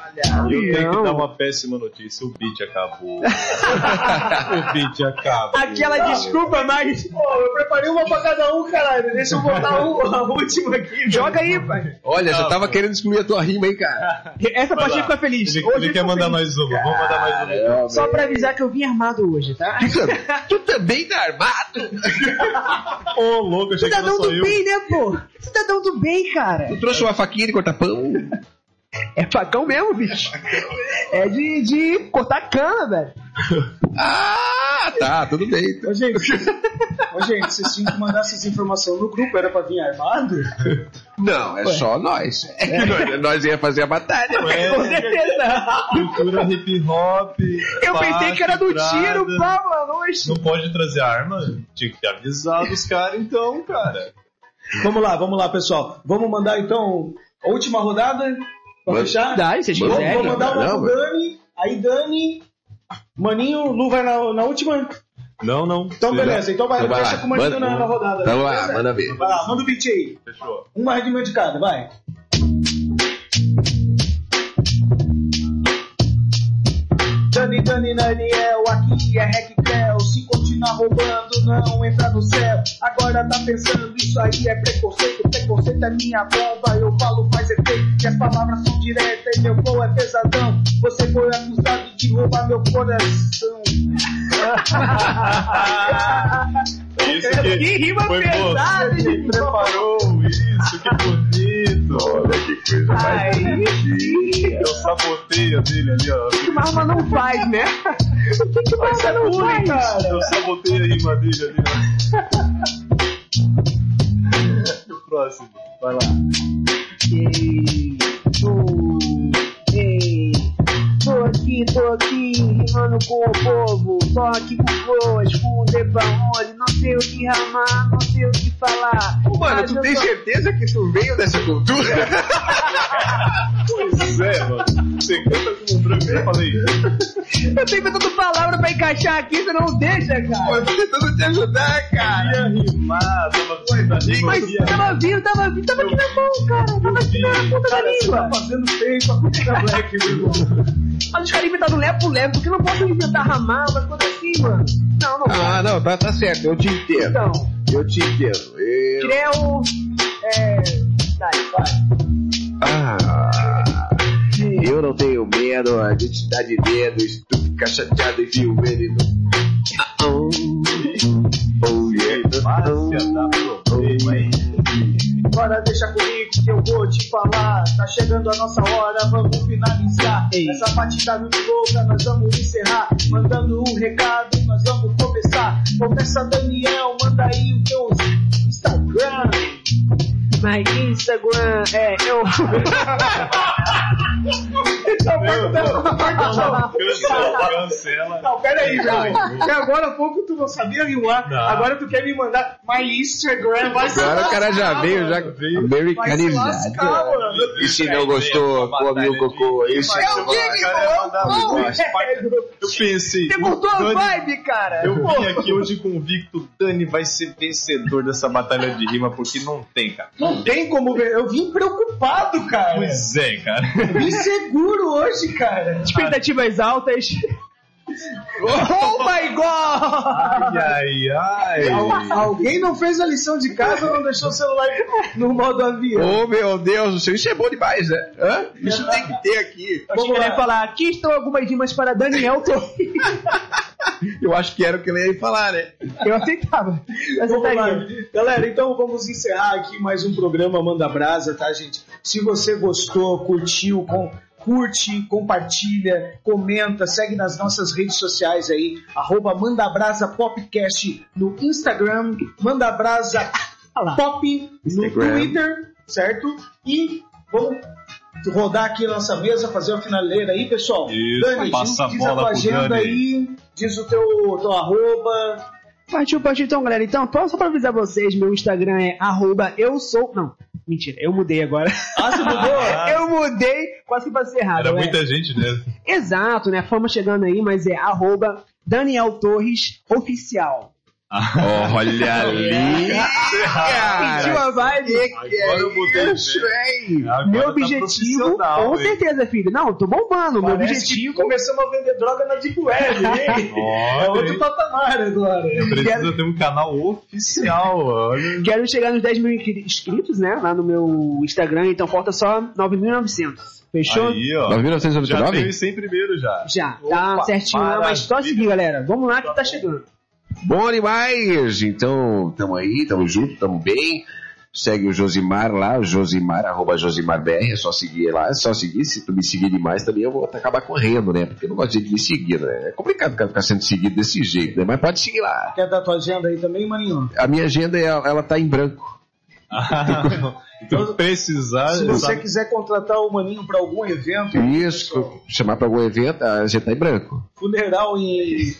[SPEAKER 1] Eu tenho que
[SPEAKER 7] Não.
[SPEAKER 1] dar uma péssima notícia, o beat acabou. o beat acabou.
[SPEAKER 7] aquela desculpa mais.
[SPEAKER 2] Pô, eu preparei uma pra cada um, caralho. Deixa eu botar um, a última aqui.
[SPEAKER 7] Joga aí, pai.
[SPEAKER 5] Olha, já tava querendo excluir a tua rima, hein, cara?
[SPEAKER 7] Essa
[SPEAKER 1] Vai
[SPEAKER 7] parte
[SPEAKER 1] lá.
[SPEAKER 7] fica feliz.
[SPEAKER 1] Ele,
[SPEAKER 7] Hoje
[SPEAKER 1] ele
[SPEAKER 7] eu
[SPEAKER 1] quer
[SPEAKER 7] tô
[SPEAKER 1] mandar
[SPEAKER 7] feliz.
[SPEAKER 1] mais uma, vamos mandar mais uma.
[SPEAKER 7] Só pra avisar que eu vim armado hoje, tá?
[SPEAKER 5] Tu também tá armado?
[SPEAKER 1] Ô, louco, achei que não
[SPEAKER 7] Cidadão
[SPEAKER 1] sou
[SPEAKER 7] do
[SPEAKER 1] eu.
[SPEAKER 7] bem, né, pô? Cidadão do bem, cara.
[SPEAKER 5] Tu trouxe uma faquinha de cortar pão?
[SPEAKER 7] É facão mesmo, bicho. É de, de cortar cana, velho.
[SPEAKER 5] Ah, Ah, tá, tudo bem.
[SPEAKER 2] Ô, gente, ô, gente, vocês tinham que mandar essas informações no grupo, era pra vir armado?
[SPEAKER 5] Não, é só nós. É que nós, nós ia fazer a batalha.
[SPEAKER 7] Com certeza.
[SPEAKER 1] É, Cultura hip hop.
[SPEAKER 7] Eu pensei que era do tiro, pá, mano. Oxe.
[SPEAKER 1] Não pode trazer arma? Tinha que ter avisado os caras, então, cara.
[SPEAKER 2] Vamos lá, vamos lá, pessoal. Vamos mandar então a última rodada pra
[SPEAKER 5] Manda.
[SPEAKER 2] fechar?
[SPEAKER 7] Dá, se vocês
[SPEAKER 5] Vamos,
[SPEAKER 2] Vou,
[SPEAKER 7] quiserem.
[SPEAKER 2] vou mandar uma
[SPEAKER 5] Caramba.
[SPEAKER 2] pro Dani, aí Dani. Maninho, Lu vai na, na última.
[SPEAKER 1] Não, não.
[SPEAKER 2] Então,
[SPEAKER 1] Você já
[SPEAKER 2] beleza. Então vai,
[SPEAKER 5] Então vai
[SPEAKER 2] fecha
[SPEAKER 5] lá,
[SPEAKER 2] com o Maninho
[SPEAKER 5] manda- Tá
[SPEAKER 2] na, na rodada.
[SPEAKER 5] Vamos lá,
[SPEAKER 2] beleza?
[SPEAKER 5] manda ver.
[SPEAKER 2] Vai lá, manda o beat aí.
[SPEAKER 1] Fechou.
[SPEAKER 2] Uma rima Um de cada, vai. Dani, Dani, Daniel, aqui é Rec Creu. Se continuar roubando, não entra no céu. Agora tá pensando, isso aí é preconceito. Preconceito é minha bomba, eu falo, faz efeito. Minhas palavras são diretas e meu flow é pesadão. Você foi acusado de roubar meu coração.
[SPEAKER 1] É Isso que,
[SPEAKER 7] Que rima
[SPEAKER 1] foi
[SPEAKER 7] pesada,
[SPEAKER 1] você que
[SPEAKER 7] gente.
[SPEAKER 1] preparou isso, que bonito.
[SPEAKER 5] Olha que coisa mais.
[SPEAKER 1] Eu sabotei a dele ali, ó.
[SPEAKER 7] Marma não faz, né? O que que Marma não faz?
[SPEAKER 1] Eu sabotei a rima dele ali, ó. O próximo, vai lá.
[SPEAKER 7] Ei, Tô aqui, tô aqui, rimando com o povo. Tô aqui com flores, com debanone. Não sei o que ramar, não sei o que falar.
[SPEAKER 9] Ô, mano,
[SPEAKER 7] Mas
[SPEAKER 9] tu
[SPEAKER 2] Ah,
[SPEAKER 7] eu
[SPEAKER 9] tem
[SPEAKER 2] tá.
[SPEAKER 7] tô-
[SPEAKER 9] certeza que tu veio dessa cultura?
[SPEAKER 1] Pois é, mano. Você canta como um branco, eu falei.
[SPEAKER 7] Eu tenho tanta palavra pra encaixar aqui, você não deixa,
[SPEAKER 9] Pô,
[SPEAKER 7] cara.
[SPEAKER 9] eu tô tentando te ajudar, cara.
[SPEAKER 1] Ia rimar, tava coisa rima.
[SPEAKER 7] Mas
[SPEAKER 1] ia-
[SPEAKER 7] tava vindo, tava vindo, tava aqui na mão, cara. Tava aqui na
[SPEAKER 1] é
[SPEAKER 7] ponta da língua.
[SPEAKER 2] fazendo feio pra puta black, meu irmão.
[SPEAKER 7] Mas os caras inventaram lepo lepo, porque eu não posso inventar ramar, mas coisa assim, mano. Não, não.
[SPEAKER 5] Ah, não, tá, tá certo, eu te entendo.
[SPEAKER 7] Então,
[SPEAKER 5] Eu te entendo. Eu...
[SPEAKER 7] Creu. É. Dai, vai.
[SPEAKER 5] Ah, eu não tenho medo, a gente tá de medo, se tu ficar chateado e viu ele no. Ah, oh, oh,
[SPEAKER 2] É
[SPEAKER 5] yeah.
[SPEAKER 1] Márcia da Problema, hein?
[SPEAKER 2] Bora, deixa comigo que eu vou te falar. Tá chegando a nossa hora, vamos finalizar.
[SPEAKER 7] Ei.
[SPEAKER 2] Essa partida muito louca, nós vamos encerrar. Mandando um recado, nós vamos começar. Começa, Daniel, manda aí o teu Instagram.
[SPEAKER 7] My Instagram é eu.
[SPEAKER 2] Então,
[SPEAKER 1] Cancela, cancela.
[SPEAKER 2] Não, pera aí, meu irmão. Até agora há pouco tu não sabia rimar.
[SPEAKER 1] Não.
[SPEAKER 2] Agora tu quer me mandar My Instagram, vai se
[SPEAKER 5] Agora o cara já
[SPEAKER 2] lascar,
[SPEAKER 5] veio,
[SPEAKER 2] Ah, mano.
[SPEAKER 5] já
[SPEAKER 1] Veio.
[SPEAKER 2] Vai se lascar,
[SPEAKER 5] americanizado.
[SPEAKER 2] mano.
[SPEAKER 5] E se não gostou, come o cocô. Isso
[SPEAKER 1] Vai,
[SPEAKER 5] é
[SPEAKER 1] vai, cara, vai mandar um negócio. Eu pensei.
[SPEAKER 7] Você cortou a
[SPEAKER 1] Dani,
[SPEAKER 7] vibe, cara.
[SPEAKER 1] Eu vim aqui hoje convicto, Dani vai ser vencedor dessa batalha de rima, porque não tem, cara.
[SPEAKER 2] Não tem como ver. Eu vim preocupado, cara.
[SPEAKER 1] Pois é, cara.
[SPEAKER 2] Eu vim seguro hoje, cara.
[SPEAKER 7] Expectativas altas. Oh my god!
[SPEAKER 1] Ai, ai, ai.
[SPEAKER 2] Al- alguém não fez a lição de casa ou não deixou o celular no modo avião?
[SPEAKER 9] Ô, meu Deus do céu, isso é bom demais, né? Hã? Isso tem que ter aqui.
[SPEAKER 7] Vamos
[SPEAKER 2] Vamos
[SPEAKER 7] querer
[SPEAKER 2] lá.
[SPEAKER 7] falar, aqui estão algumas rimas para Daniel Torres.
[SPEAKER 9] Eu acho que era o que ele ia falar, né?
[SPEAKER 7] Eu aceitava. Eu
[SPEAKER 2] Vamos lá.
[SPEAKER 7] aceitaria.
[SPEAKER 2] Galera, então vamos encerrar aqui mais um programa Manda Brasa, tá, gente? Se você gostou, curtiu, com- curte, compartilha, comenta, segue nas nossas redes sociais aí, arroba Manda Brasa Popcast no Instagram, Manda Brasa Pop no
[SPEAKER 5] Instagram.
[SPEAKER 2] Twitter, certo? E vamos rodar aqui a nossa mesa, fazer uma finaleira aí, pessoal.
[SPEAKER 1] Isso,
[SPEAKER 2] Dani,
[SPEAKER 1] passa a
[SPEAKER 2] diz
[SPEAKER 1] bola
[SPEAKER 2] tua
[SPEAKER 1] pro
[SPEAKER 2] agenda
[SPEAKER 1] Dani.
[SPEAKER 2] aí, diz o teu, teu arroba,
[SPEAKER 7] Partiu, partiu então, galera. Então, só pra avisar vocês, meu Instagram é arroba eu sou. Não, mentira, eu mudei agora.
[SPEAKER 2] Ah, você mudou?
[SPEAKER 7] Eu mudei, quase que passei errado.
[SPEAKER 1] Era
[SPEAKER 7] né?
[SPEAKER 1] muita gente, né?
[SPEAKER 7] Exato, né? Fama chegando aí, mas é arroba Daniel Torres Oficial.
[SPEAKER 5] Olha ali.
[SPEAKER 7] Sentiu a vibe?
[SPEAKER 1] Agora eu mudei. Agora
[SPEAKER 7] Meu
[SPEAKER 1] tá
[SPEAKER 7] objetivo,
[SPEAKER 1] profissional,
[SPEAKER 7] com
[SPEAKER 1] hein?
[SPEAKER 7] certeza, filho. Não, tô bombando. Meu
[SPEAKER 2] Parece
[SPEAKER 7] objetivo.
[SPEAKER 2] que é começamos a vender droga na Deep Web, hein?
[SPEAKER 1] Olha,
[SPEAKER 2] É outro
[SPEAKER 1] hein?
[SPEAKER 2] patamar agora.
[SPEAKER 1] Precisa ter um canal oficial, olha.
[SPEAKER 7] Quero chegar nos 10 mil inscri- inscritos, né? Lá no meu Instagram, então falta só 9.900. Fechou?
[SPEAKER 1] Aí,
[SPEAKER 2] Tá
[SPEAKER 1] ó. Já tem
[SPEAKER 5] 9.999?
[SPEAKER 1] os 100 primeiros já.
[SPEAKER 7] Já,
[SPEAKER 1] Opa,
[SPEAKER 7] tá certinho lá, mas só
[SPEAKER 1] maravilha.
[SPEAKER 7] seguir, galera. Vamos lá que tá chegando.
[SPEAKER 5] Bom demais! Então, tamo aí, tamo junto, tamo bem. Segue o Josimar lá, o Josimar, arroba JosimarBR, é só seguir lá, é só seguir. Se tu me seguir demais também eu vou acabar correndo, né? Porque eu não gosto de gente me seguir, né? É complicado ficar- ficar sendo seguido desse jeito, né? Mas pode seguir lá.
[SPEAKER 2] Quer dar tua agenda aí também, Marinho?
[SPEAKER 5] A minha agenda, ela, ela tá em branco.
[SPEAKER 1] Então, precisar. tá
[SPEAKER 2] Se você
[SPEAKER 1] sabe-
[SPEAKER 2] quiser contratar o Maninho pra algum evento,
[SPEAKER 5] Isso, chamar pra algum evento, a agenda tá em branco.
[SPEAKER 2] funeral em.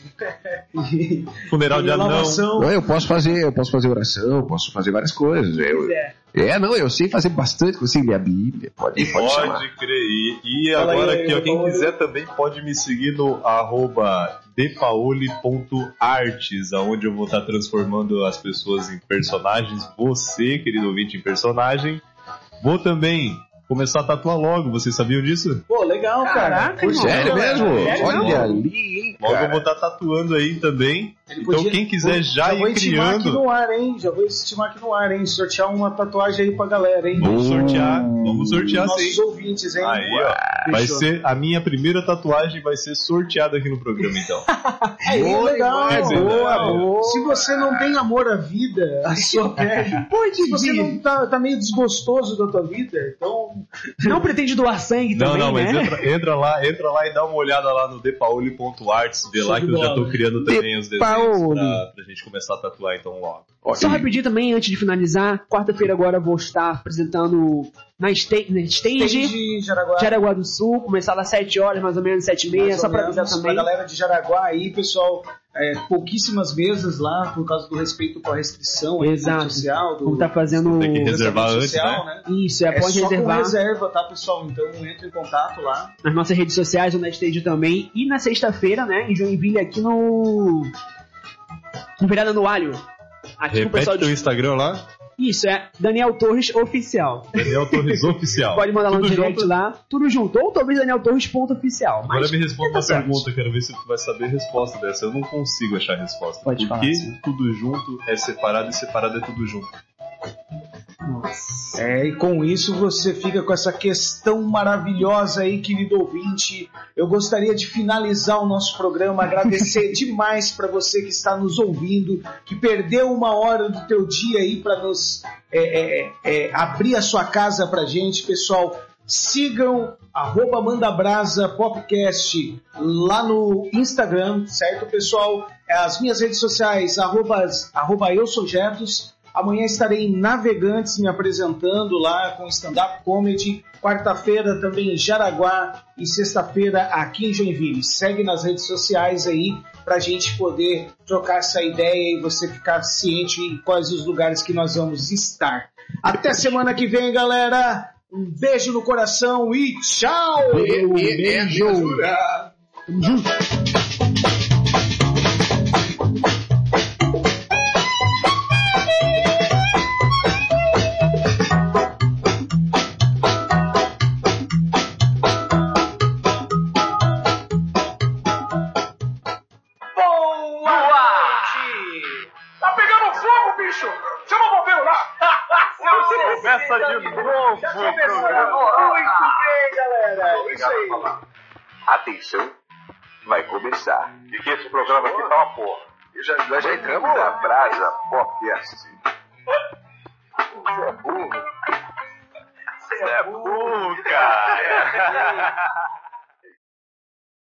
[SPEAKER 1] Funeral de anão.
[SPEAKER 2] Lavação.
[SPEAKER 5] Não, Então, eu posso fazer, eu posso fazer oração, eu posso fazer várias coisas. Eu,
[SPEAKER 2] É.
[SPEAKER 5] é, não, eu sei fazer bastante, eu sei ler a Bíblia, pode, pode chamar.
[SPEAKER 1] Pode crer. E, e
[SPEAKER 2] Fala aí,
[SPEAKER 1] agora
[SPEAKER 2] aí,
[SPEAKER 1] aqui, ó, quem
[SPEAKER 2] Paoli.
[SPEAKER 1] quiser também pode me seguir no arroba depaoli.artes, aonde eu vou estar transformando as pessoas em personagens, você, querido ouvinte, em personagem. Vou também começar a tatuar logo, vocês sabiam disso?
[SPEAKER 2] Pô, legal, cara.
[SPEAKER 7] Caraca,
[SPEAKER 2] Curte
[SPEAKER 7] irmão.
[SPEAKER 5] Sério
[SPEAKER 2] aí,
[SPEAKER 5] mesmo?
[SPEAKER 2] galera. Sério
[SPEAKER 5] Olha
[SPEAKER 1] Tá
[SPEAKER 2] mesmo.
[SPEAKER 5] ali, hein,
[SPEAKER 1] Logo eu
[SPEAKER 5] cara.
[SPEAKER 1] vou estar tatuando aí também.
[SPEAKER 2] Ele
[SPEAKER 1] então
[SPEAKER 2] podia-
[SPEAKER 1] quem quiser já,
[SPEAKER 2] Já vou
[SPEAKER 1] ir
[SPEAKER 2] intimar aqui
[SPEAKER 1] criando,
[SPEAKER 2] no ar, hein? Já vou intimar aqui no ar, hein? Sortear uma tatuagem aí pra galera, hein?
[SPEAKER 1] vamos sortear, vamos sortear
[SPEAKER 2] Nossos
[SPEAKER 1] sim.
[SPEAKER 2] ouvintes, hein?
[SPEAKER 1] Aí, ó, vai
[SPEAKER 2] Fechou.
[SPEAKER 1] ser a minha primeira tatuagem vai ser sorteada aqui no programa então.
[SPEAKER 2] Aí, É, legal.
[SPEAKER 1] demais, hein?
[SPEAKER 2] boa, boa. Se você não tem amor à vida, a sua pele. se você não tá, tá meio desgostoso da tua vida, então.
[SPEAKER 7] Não pretende doar sangue
[SPEAKER 1] Não,
[SPEAKER 7] também,
[SPEAKER 1] não, mas
[SPEAKER 7] né?
[SPEAKER 1] entra, entra lá, entra lá e dá uma olhada lá no depaoli.arts, vê
[SPEAKER 2] Show
[SPEAKER 1] lá
[SPEAKER 2] de
[SPEAKER 1] que eu já
[SPEAKER 2] bola.
[SPEAKER 1] tô criando também os desenhos
[SPEAKER 7] Depaoli.
[SPEAKER 1] pra, pra gente começar a tatuar então logo.
[SPEAKER 7] Só rapidinho também, antes de finalizar, quarta-feira agora eu vou estar apresentando na stage, na
[SPEAKER 2] Tem
[SPEAKER 7] stage
[SPEAKER 2] de Jaraguá.
[SPEAKER 7] Jaraguá do Sul, começar lá às 7 horas, mais ou menos, 7 e meia,
[SPEAKER 2] Mais
[SPEAKER 7] só
[SPEAKER 2] ou
[SPEAKER 7] pra
[SPEAKER 2] menos,
[SPEAKER 7] avisar também.
[SPEAKER 2] Pra galera de Jaraguá aí, pessoal, é, pouquíssimas mesas lá, por causa do respeito com a restrição aí,
[SPEAKER 7] Exato.
[SPEAKER 2] social. Do,
[SPEAKER 7] Como tá fazendo
[SPEAKER 1] Tem que
[SPEAKER 2] do
[SPEAKER 1] reservar.
[SPEAKER 2] distanciamento
[SPEAKER 1] antes,
[SPEAKER 2] social, né?
[SPEAKER 7] isso, é,
[SPEAKER 2] É
[SPEAKER 7] pode
[SPEAKER 2] só
[SPEAKER 7] reservar
[SPEAKER 2] com reserva, tá, pessoal? Então entra em contato lá.
[SPEAKER 7] nas nossas redes sociais, ou na stage também. E na sexta-feira, né, em Joinville, aqui no. No Virada no Alho. Aqui o
[SPEAKER 1] Repete
[SPEAKER 7] pessoal
[SPEAKER 1] teu
[SPEAKER 7] de...
[SPEAKER 1] Instagram lá,
[SPEAKER 7] Isso, é Daniel Torres Oficial.
[SPEAKER 1] Daniel Torres Oficial.
[SPEAKER 7] Pode mandar lá no
[SPEAKER 1] Tudo
[SPEAKER 7] direct
[SPEAKER 1] junto?
[SPEAKER 7] lá, tudo junto. Ou talvez Daniel Torres ponto oficial.
[SPEAKER 1] Agora
[SPEAKER 7] Mas
[SPEAKER 1] me responda
[SPEAKER 7] tá
[SPEAKER 1] uma
[SPEAKER 7] certo.
[SPEAKER 1] pergunta, quero ver se tu vai saber a resposta dessa. Eu não consigo achar a resposta.
[SPEAKER 7] Pode
[SPEAKER 1] Por
[SPEAKER 7] falar,
[SPEAKER 1] que
[SPEAKER 7] sim.
[SPEAKER 1] tudo junto é separado e separado é tudo junto?
[SPEAKER 2] É, e com isso você fica com essa questão maravilhosa aí, querido ouvinte. Eu gostaria de finalizar o nosso programa, agradecer demais para você que está nos ouvindo, que perdeu uma hora do teu dia aí para nos é, é, é, abrir a sua casa pra gente, pessoal. Sigam arroba Mandabrasa Popcast lá no Instagram, certo, pessoal? As minhas redes sociais, arroba, arroba eu sou Jefferson. Amanhã estarei em Navegantes me apresentando lá com stand-up comedy. Quarta-feira também em Jaraguá e sexta-feira aqui em Joinville. Segue nas redes sociais aí para a gente poder trocar essa ideia e você ficar ciente em quais os lugares que nós vamos estar. Até semana que vem, galera. Um beijo no coração e tchau!
[SPEAKER 9] Beijo.
[SPEAKER 3] Tá pegando fogo, bicho! Chama o bombeiro lá!
[SPEAKER 8] Começa de novo.
[SPEAKER 2] bem,
[SPEAKER 8] É,
[SPEAKER 2] galera! Isso aí!
[SPEAKER 6] Atenção, vai começar.
[SPEAKER 8] E que esse programa aqui tá uma porra.
[SPEAKER 6] Eu já, nós já entramos né? na brasa podcast.
[SPEAKER 8] assim.
[SPEAKER 6] Você é burro.
[SPEAKER 8] Você é burro, cara.